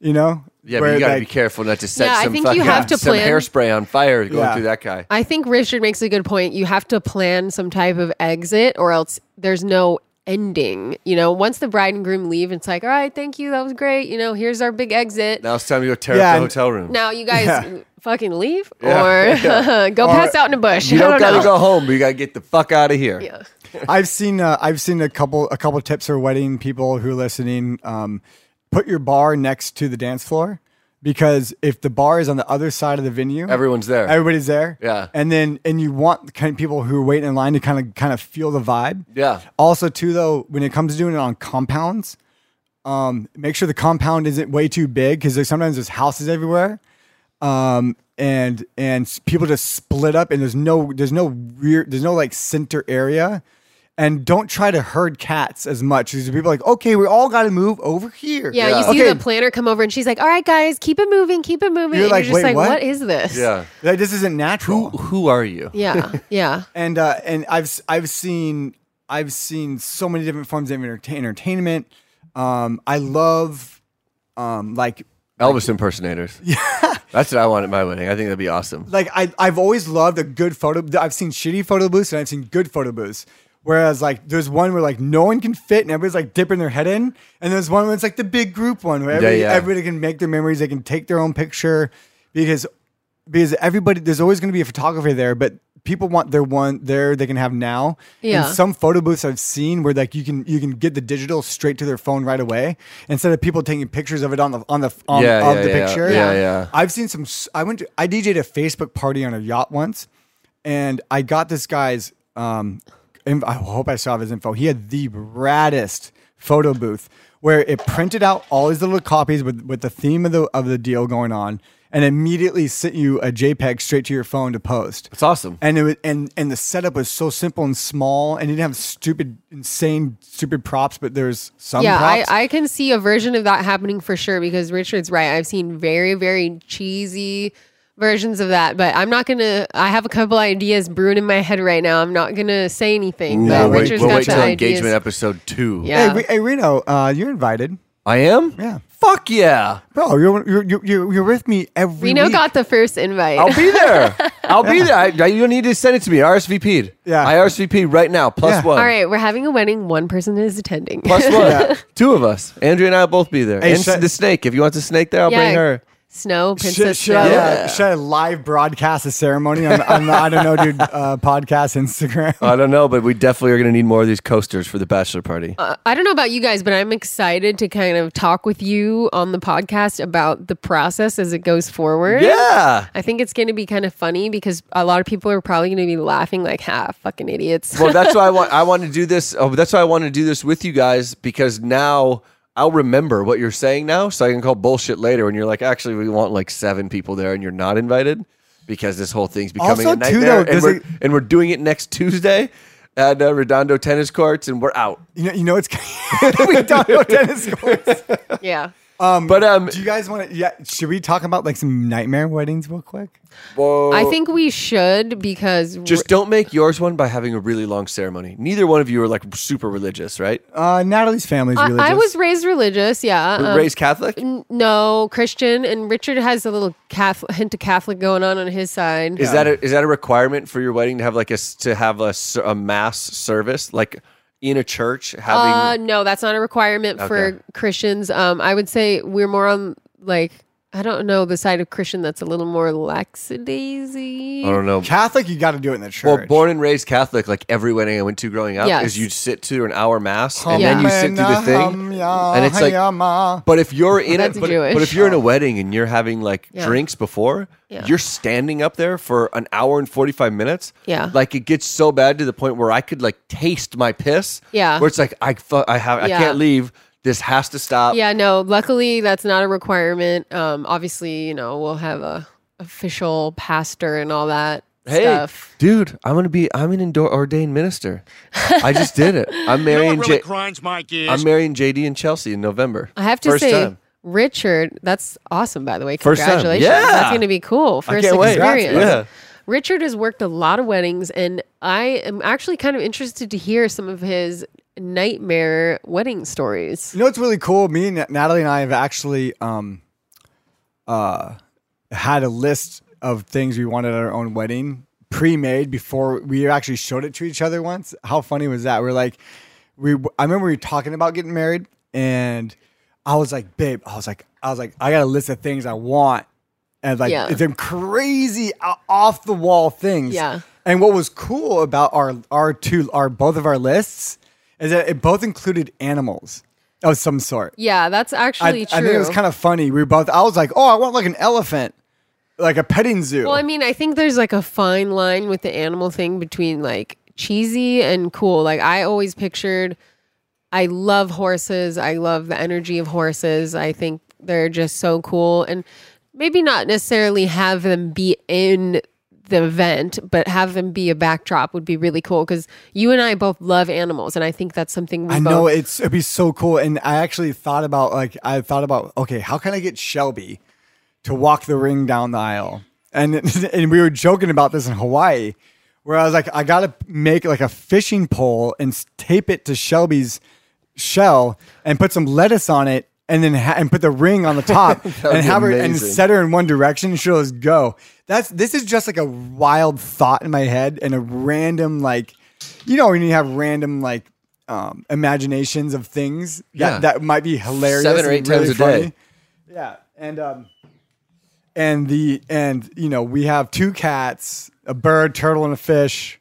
you know? yeah, but where, you got to like- be careful not to set Yeah, I some think you fucking have to some plan- hairspray on fire going Yeah. through that guy. I think Richard makes a good point. You have to plan some type of exit, or else there's no ending. You know, once the bride and groom leave, it's like, all right, thank you, that was great. You know, here's our big exit. Now it's time to go tear Yeah, up the and- hotel room. Now you guys Yeah. fucking leave, *laughs* Yeah, or *laughs* go pass out in a bush. you *laughs* I don't, don't gotta know. go home, but you gotta get the fuck out of here. Yeah. I've seen uh, I've seen a couple a couple tips for wedding people who are listening. Um, put your bar next to the dance floor because if the bar is on the other side of the venue, Everyone's there. Everybody's there. Yeah. and then and you want the kind of people who are waiting in line to kind of kind of feel the vibe. Yeah. Also, too though, when it comes to doing it on compounds, um, make sure the compound isn't way too big because there's sometimes there's houses everywhere. Um and and s- people just split up and there's no there's no rear there's no like center area and don't try to herd cats as much because people are like okay we all got to move over here Yeah, you see the planner come over and she's like, all right, guys, keep it moving, keep it moving. You're and like, you're just "Wait, like, what?" what is this? Yeah. like, this isn't natural Who are you? Yeah. Yeah. and uh, and I've s- I've seen I've seen so many different forms of entertain, entertainment. Um, I love um, like Elvis *laughs* impersonators. Yeah. That's what I want at my wedding. I think that'd be awesome. like I I've always loved a good photo. I've seen shitty photo booths and I've seen good photo booths. Whereas like there's one where like no one can fit and everybody's like dipping their head in, and there's one where it's like the big group one where everybody, yeah. everybody can make their memories. They can take their own picture because because everybody there's always going to be a photographer there, but people want their one there they can have now. And Yeah. some photo booths I've seen where like you can you can get the digital straight to their phone right away instead of people taking pictures of it on the on the on, Yeah, of yeah, the yeah. picture. Yeah, yeah. I've seen some. s- I went. To, I DJed a Facebook party on a yacht once, and I got this guy's. Um, inv- I hope I still have his info. He had the raddest photo booth where it printed out all these little copies with with the theme of the of the deal going on, and immediately sent you a JPEG straight to your phone to post. It's awesome. And it was, and and the setup was so simple and small, and it didn't have stupid, insane, stupid props, but there's some. yeah, I, props. I can see a version of that happening for sure because Richard's right. I've seen very, very cheesy versions of that, but I'm not going to. I have a couple ideas brewing in my head right now. I'm not going to say anything. We'll but wait- Richard's we'll got wait the till ideas. engagement episode two. yeah. Hey, Re- hey Reno, uh, you're invited. I am? Yeah. Fuck yeah. Bro, you're you're you're- you're, you're with me every. Reno week. got the first invite. I'll be there. *laughs* I'll be there. I, I- you don't need to send it to me. I RSVP'd. Yeah. I RSVP right now. Plus Yeah. one. *laughs* All right, we're having a wedding. One person is attending. *laughs* Plus one. Two of us. Andrea and I will both be there. Hey, and shut- the snake. If you want the snake there, I'll yeah, bring her. Snow, Should, Princess should, Snow. I, Yeah. uh, should I live broadcast the ceremony on, on the I don't know dude uh, podcast Instagram? I don't know, but we definitely are going to need more of these coasters for the bachelor party. Uh, I don't know about you guys, but I'm excited to kind of talk with you on the podcast about the process as it goes forward. yeah. I think it's going to be kind of funny because a lot of people are probably going to be laughing like, "Ha, fucking idiots." well, that's why I want I want to do this. Oh, that's why I want to do this with you guys because now I'll remember what you're saying now, so I can call bullshit later. And you're like, actually, we want like seven people there, and you're not invited because this whole thing's becoming Also, a too, nightmare. though, and, does we're, it- and we're doing it next Tuesday at uh, Redondo Tennis Courts, and we're out. You know, you know *laughs* it's we don't know tennis courts. *laughs* Yeah. but um, Do you guys want to? Yeah, should we talk about like some nightmare weddings real quick? I think we should because just don't make yours one by having a really long ceremony. Neither one of you are like super religious, right? Um, Uh, Natalie's family's I, religious. I was raised religious, yeah. um, Raised Catholic. n- no Christian, and Richard has a little Catholic, hint of Catholic going on on his side. Is that a, is that a requirement for your wedding to have like a s- to have a, s- a mass service like in a church Uh, having no, that's not a requirement Okay. for Christians. Um, I would say we're more on like I don't know the side of Christian that's a little more lackadaisy. I don't know. Catholic. You got to do it in the church. Well, born and raised Catholic, like every wedding I went to growing up, Yes. is you'd sit to an hour mass and then you Yeah. sit through the thing, and it's like. But if you're in it, That's but, Jewish. but if you're in a wedding and you're having like Yeah. drinks before, Yeah. you're standing up there for an hour and forty five minutes. Yeah. like it gets so bad to the point where I could like taste my piss. Yeah. where it's like I fu- I have I Yeah. can't leave. This has to stop. Yeah, no. Luckily, that's not a requirement. Um, obviously, you know we'll have a official pastor and all that Hey, stuff. dude, I'm gonna be. I'm an indoor ordained minister. I just did *laughs* it. I'm marrying. J- grinds my gears. I'm marrying JD and Chelsea in November. I have to First say, time. Richard, that's awesome. By the way, First time. congratulations. Yeah. that's going to be cool. First can't wait. experience. Yeah. Richard has worked a lot of weddings, and I am actually kind of interested to hear some of his nightmare wedding stories. You know what's really cool? Me and Natalie and I have actually um, uh, had a list of things we wanted at our own wedding pre-made before we actually showed it to each other once. How funny was that? We're like, we I remember we were talking about getting married, and I was like, babe, I was like, I was like, I got a list of things I want, and like Yeah. them crazy off the wall things. Yeah. And what was cool about our our two our both of our lists is that it both included animals of some sort. Yeah, that's I, actually I true. think it was kind of funny. We were both. I was like, oh, I want like an elephant, like a petting zoo. Well, I mean, I think there's like a fine line with the animal thing between like cheesy and cool. Like I always pictured I love horses. I love the energy of horses. I think they're just so cool and maybe not necessarily have them be in the event, but have them be a backdrop would be really cool cuz you and I both love animals and I think that's something we I both know it's it'd be so cool. And I actually thought about like I thought about okay, how can I get Shelby to walk the ring down the aisle? And *laughs* and we were joking about this in Hawaii, where I was like, I gotta make like a fishing pole and s- tape it to Shelby's shell and put some lettuce on it. And then ha- and put the *laughs* ring on the top would be and have her and amazing. set her in one direction. And she'll just go. That's this is just like a wild thought in my head and a random like, you know, when you have random like um, imaginations of things Yeah. that, that might be hilarious. Seven or and eight times really a day. funny. Yeah, and um, and the and you know we have two cats, a bird, turtle, and a fish.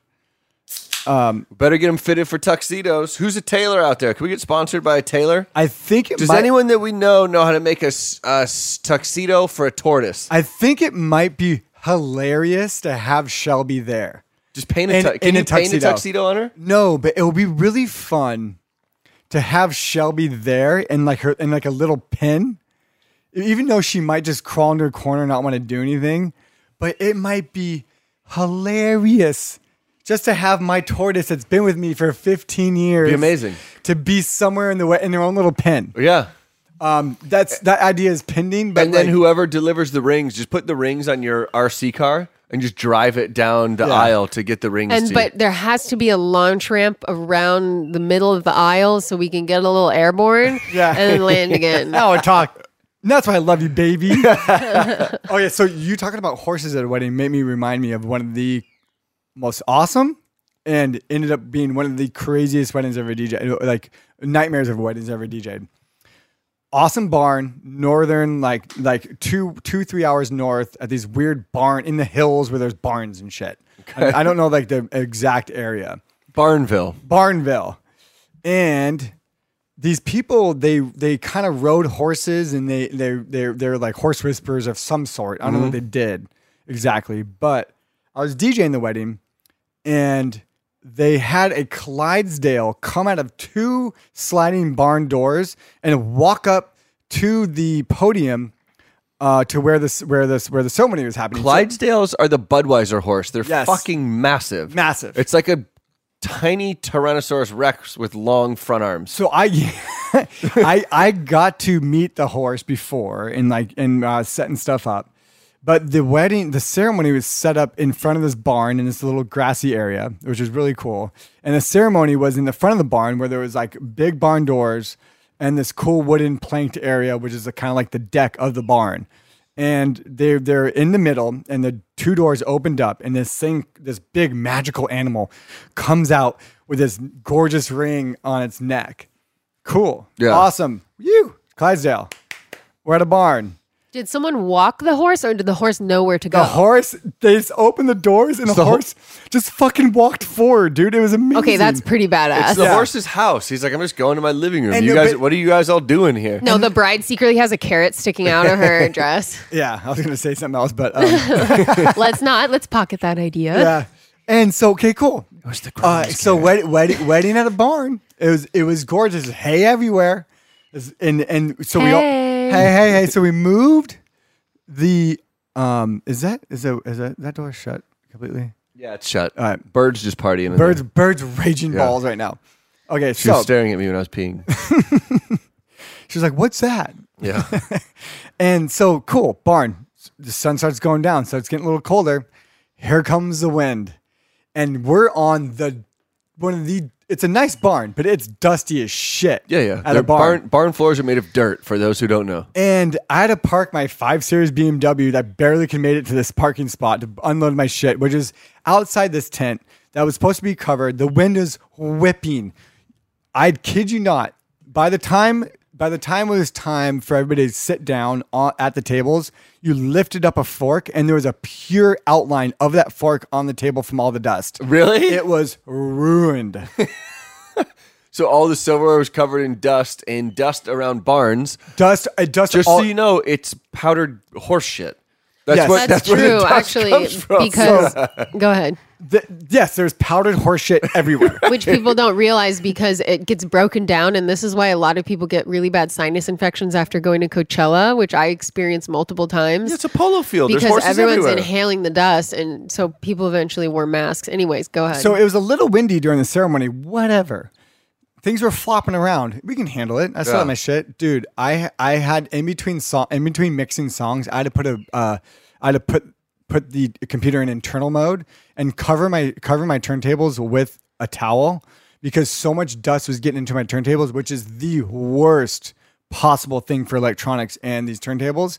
Better get them fitted for tuxedos. Who's a tailor out there? Can we get sponsored by a tailor? I think it Does might, anyone that we know know how to make a, s- a s- tuxedo for a tortoise? I think it might be hilarious to have Shelby there. Just paint a, In- tu- can in a you paint a tuxedo. tuxedo on her? No, but it will be really fun to have Shelby there and like her in like a little pin. E-, Even though she might just crawl into a corner and not want to do anything, but it might be hilarious just to have my tortoise that's been with me for 15 years. Be amazing. To be somewhere in the wet in their own little pen. Yeah. Um, that's that idea is pending. But And then like- whoever delivers the rings, just put the rings on your RC car and just drive it down the Yeah. aisle to get the rings. and to you. but there has to be a launch ramp around the middle of the aisle so we can get a little airborne *laughs* Yeah. and then land again. Now I talk. And that's why I love you, baby. *laughs* oh yeah. So you talking about horses at a wedding made me remind me of one of the most awesome and ended up being one of the craziest weddings I ever DJ like nightmares of weddings I ever DJ'd. Awesome barn, northern, like like two two three hours north at these weird barn in the hills where there's barns and shit. I, I don't know like the exact area. Barnville. Barnville. And these people, they they kind of rode horses and they they they're they're like horse whisperers of some sort. I don't know what they did exactly, but I was DJing the wedding and they had a Clydesdale come out of two sliding barn doors and walk up to the podium uh, to where this where this where the ceremony was happening. So- Clydesdales are the Budweiser horse. They're Yes. fucking massive. Massive. It's like a tiny Tyrannosaurus Rex with long front arms. So I, *laughs* I, I got to meet the horse before and like and uh, setting stuff up, but the wedding, the ceremony was set up in front of this barn in this little grassy area, which was really cool. And the ceremony was in the front of the barn where there was like big barn doors and this cool wooden planked area, which is kind of like the deck of the barn. And they're they're in the middle, and the two doors opened up, and this thing, this big magical animal, comes out with this gorgeous ring on its neck. Cool. Yeah. Awesome. You, Clydesdale. We're at a barn. Did someone walk the horse or did the horse know where to go? The horse, they just opened the doors and the, the ho- horse just fucking walked forward, dude. It was amazing. okay, that's pretty badass. It's the Yeah. horse's house. He's like, I'm just going to my living room. And you the guys, bit- what are you guys all doing here? no, the bride secretly has a carrot sticking out *laughs* of her dress. Yeah, I was going to say something else, but um, let's not. Let's pocket that idea. *laughs* yeah. And so, okay, cool. Where's the Uh, groom's so wedding, wedding, wedding at a barn. It was it was gorgeous. Hay everywhere, It's- and and so we all, Hey. hey hey hey. So we moved the um is that is that is that that door shut completely? Yeah, it's shut. All right. Birds just partying. in Birds there. birds raging balls right now. Okay, She was so staring at me when I was *laughs* peeing. she's like, "What's that?" Yeah. And so cool, barn. The sun starts going down, so it's getting a little colder. Here comes the wind. And we're on the one of the it's a nice barn, but it's dusty as shit. Yeah, yeah. At Their a barn. barn barn floors are made of dirt. For those who don't know, And I had to park my five series BMW that barely can made it to this parking spot to unload my shit, which is outside this tent that was supposed to be covered. The wind is whipping. I kid you not. By the time by the time it was time for everybody to sit down on, at the tables, you lifted up a fork and there was a pure outline of that fork on the table from all the dust. really. It was ruined. *laughs* so all the silverware was covered in dust and dust around barns. dust, uh, dust. Just all, so you know, it's powdered horse shit. That's Yes. what. That's, That's, where the true, dust actually, comes from. *laughs* because go ahead. th- yes, there's powdered horse shit everywhere. *laughs* Which people don't realize because it gets broken down, and this is why a lot of people get really bad sinus infections after going to Coachella, which I experienced multiple times. it's a polo field. There's because horses everyone's everywhere. inhaling the dust, and so people eventually wore masks. Anyways, go ahead. So it was a little windy during the ceremony. Whatever. Things were flopping around. We can handle it. I still Yeah. had my shit, dude. I I had in between song in between mixing songs. I had to put a uh, I had to put put the computer in internal mode and cover my cover my turntables with a towel because so much dust was getting into my turntables, which is the worst possible thing for electronics and these turntables.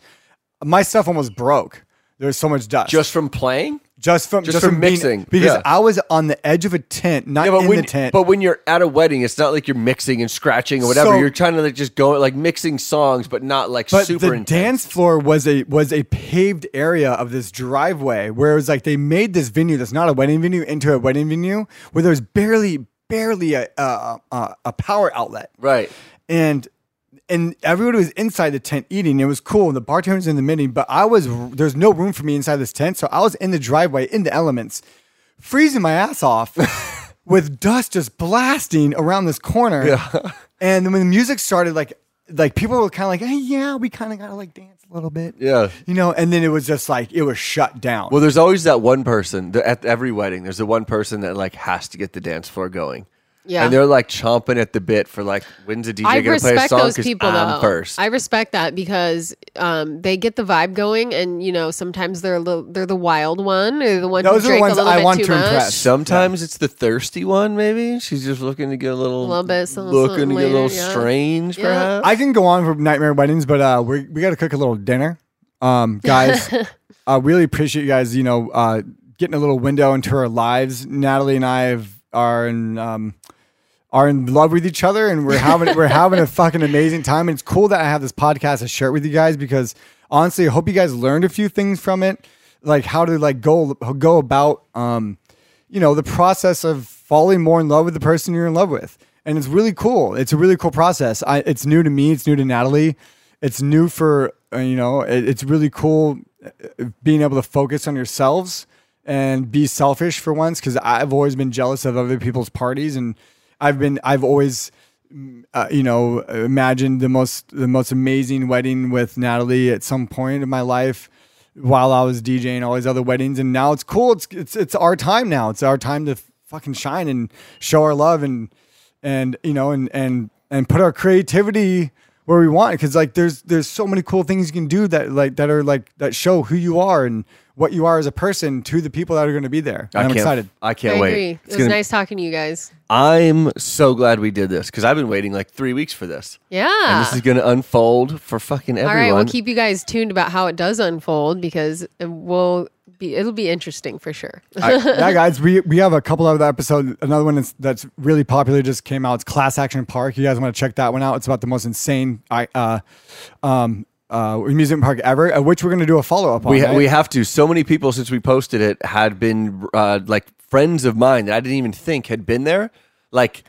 My stuff almost broke. There was so much dust just from playing. just from Just just, from from, being- mixing, because yeah. I was on the edge of a tent, not Yeah, but in when the tent. but when you're at a wedding, it's not like you're mixing and scratching or whatever. So- you're trying to like just go like mixing songs, but not like but super the intense. dance floor was a was a paved area of this driveway where it was like they made this venue that's not a wedding venue into a wedding venue where there's barely barely a a, a, a power outlet. Right. and and everyone was inside the tent eating. It was cool. The bartender was in the meeting, but I was there's no room for me inside this tent, so I was in the driveway in the elements, freezing my ass off *laughs* with dust just blasting around this corner. Yeah. *laughs* And then when the music started, like like people were kind of like, hey, yeah, we kind of gotta like dance a little bit. Yeah. You know, and then it was just like it was shut down. Well, there's always that one person the- at every wedding. There's the one person that like has to get the dance floor going. Yeah. and they're like chomping at the bit for like when's the DJ I gonna play a respect song? those Because people I'm though. first. I respect that because um, they get the vibe going, and you know sometimes they're a little, they're the wild one or the one Those who are the drank ones a little I bit want too to much. impress. Sometimes it's the thirsty one. Maybe she's just looking to get a little, A little bit, some- looking to something get a little later, yeah. strange. Yeah. Perhaps. I can go on for nightmare weddings, but uh, we we got to cook a little dinner, um, guys. I really appreciate you guys. You know, uh, getting a little window into our lives. Natalie and I have, are in um, are in love with each other, and we're having we're having a fucking amazing time. And it's cool that I have this podcast to share it with you guys because honestly, I hope you guys learned a few things from it, like how to like go go about um, you know the process of falling more in love with the person you're in love with and it's really cool it's a really cool process I, it's new to me it's new to natalie it's new uh, for uh, you know it, it's really cool uh, being able to focus on yourselves and be selfish for once because I've always been jealous of other people's parties and I've been I've always mm, uh, you know imagined the most the most amazing wedding with Natalie at some point in my life while I was DJing all these other weddings and now it's cool it's it's it's our time now it's our time to fucking shine and show our love and and you know and and and put our creativity where we want because like there's there's so many cool things you can do that like that are like that show who you are and what you are as a person to the people that are going to be there and I i'm can't- excited I can't I wait. agree. It's It was gonna- nice talking to you guys. I'm so glad we did this because I've been waiting like three weeks for this. Yeah. And this is going to unfold for fucking Ah. All everyone. right, we'll keep you guys tuned about how it does unfold because it will be it'll be interesting for sure. yeah guys we we have a couple other episodes another one that's, that's really popular just came out it's class action park you guys want to check that one out it's about the most insane i uh um uh amusement park ever uh, which we're going to do a follow-up on we, ha- right? we have to. So many people since we posted it had been uh, like friends of mine that I didn't even think had been there. Like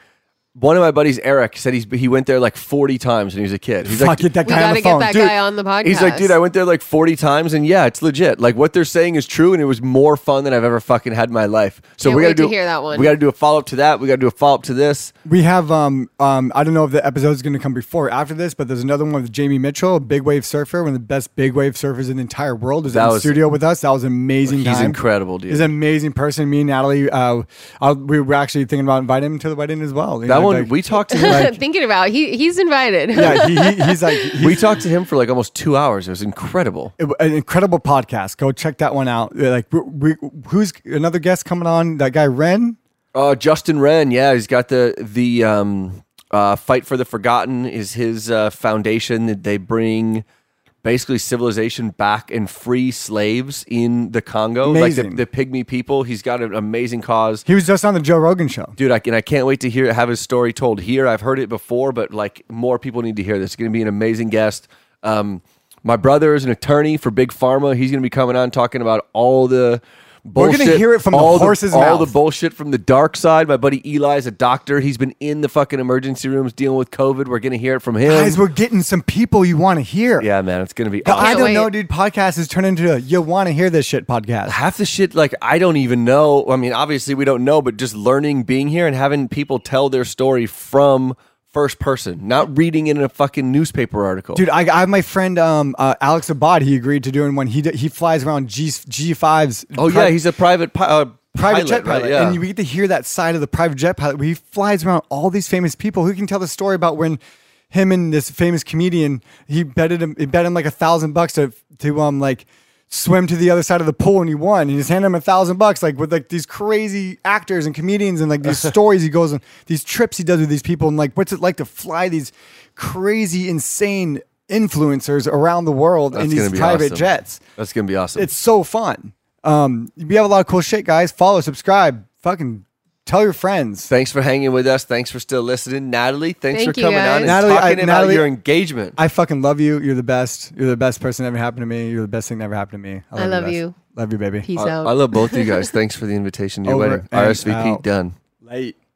one of my buddies, Eric, said he's, he went there like 40 times when he was a kid. He's Fuck, like, get *laughs* that we guy got on the to get phone that Dude, guy on the podcast. He's like, dude, I went there like 40 times and yeah, it's legit. Like what they're saying is true and it was more fun than I've ever fucking had in my life. So Can't we got wait to do hear that one. We got to do a follow up to that. We got to do a follow up to this. We have um um I don't know if the episode is going to come before or after this, but there's another one with Jamie Mitchell, a big wave surfer, one of the best big wave surfers in the entire world. Is That in the was- studio with us. That was an amazing. He's time. incredible, dude. He's an amazing person. Me and Natalie, uh, I, we were actually thinking about inviting him to the wedding as well. That you know, one like- we talked to him like, *laughs* thinking about he he's invited. yeah, he, he, he's like *laughs* he's we talked to him for like almost two hours. It was incredible. an incredible podcast. Go check that one out. Like, we, we, who's another guest coming on? That guy Ren. Uh, Justin Wren, yeah, he's got the the um, uh, fight for the forgotten is his uh, foundation that they bring basically civilization back and free slaves in the Congo, like Amazing. the, the pygmy people. He's got an amazing cause. He was just on the Joe Rogan show. Dude, I, and I can't wait to hear have his story told here. I've heard it before, but like more people need to hear this. It's going to be an amazing guest. Um, my brother is an attorney for Big Pharma. He's going to be coming on talking about all the We're bullshit. gonna hear it from the all horse's All mouth. the bullshit from the dark side. My buddy Eli is a doctor. He's been in the fucking emergency rooms dealing with COVID. We're going to hear it from him. Guys, we're getting some people you want to hear. yeah, man, it's going to be The I awesome. don't wait. know, dude. Podcast is turning into a you want to hear this shit podcast. half the shit like I don't even know. I mean, obviously we don't know, but just learning being here and having people tell their story from first person, not reading it in a fucking newspaper article. Dude, I, I have my friend um, uh, Alex Abad. He agreed to doing one. He d- he flies around G G fives. oh yeah, he's a private pi- uh, private pilot, jet pilot, Right? Yeah. and we get to hear that side of the private jet pilot. Where he flies around all these famous people who can tell the story about when him and this famous comedian he betted him he bet him like a thousand bucks to to um like swim to the other side of the pool and he won and he just handed him a thousand bucks like with like these crazy actors and comedians and *laughs* like these stories he goes on these trips he does with these people and like what's it like to fly these crazy insane influencers around the world That's in gonna these be private awesome. jets That's gonna be awesome. it's so fun. Um, we have a lot of cool shit, guys. Follow, subscribe, fucking tell your friends. thanks for hanging with us. Thanks for still listening, Natalie. Thanks Thank for you, coming guys. on and Natalie, I- talking about Natalie- your engagement. I fucking love you. You're the best. You're the best person that ever happened to me. You're the best thing that ever happened to me. I love best. you. Love you, baby. *laughs* Peace I, out. I love both of you guys. Thanks for the invitation to your Over wedding. and RSVP out. done. Late.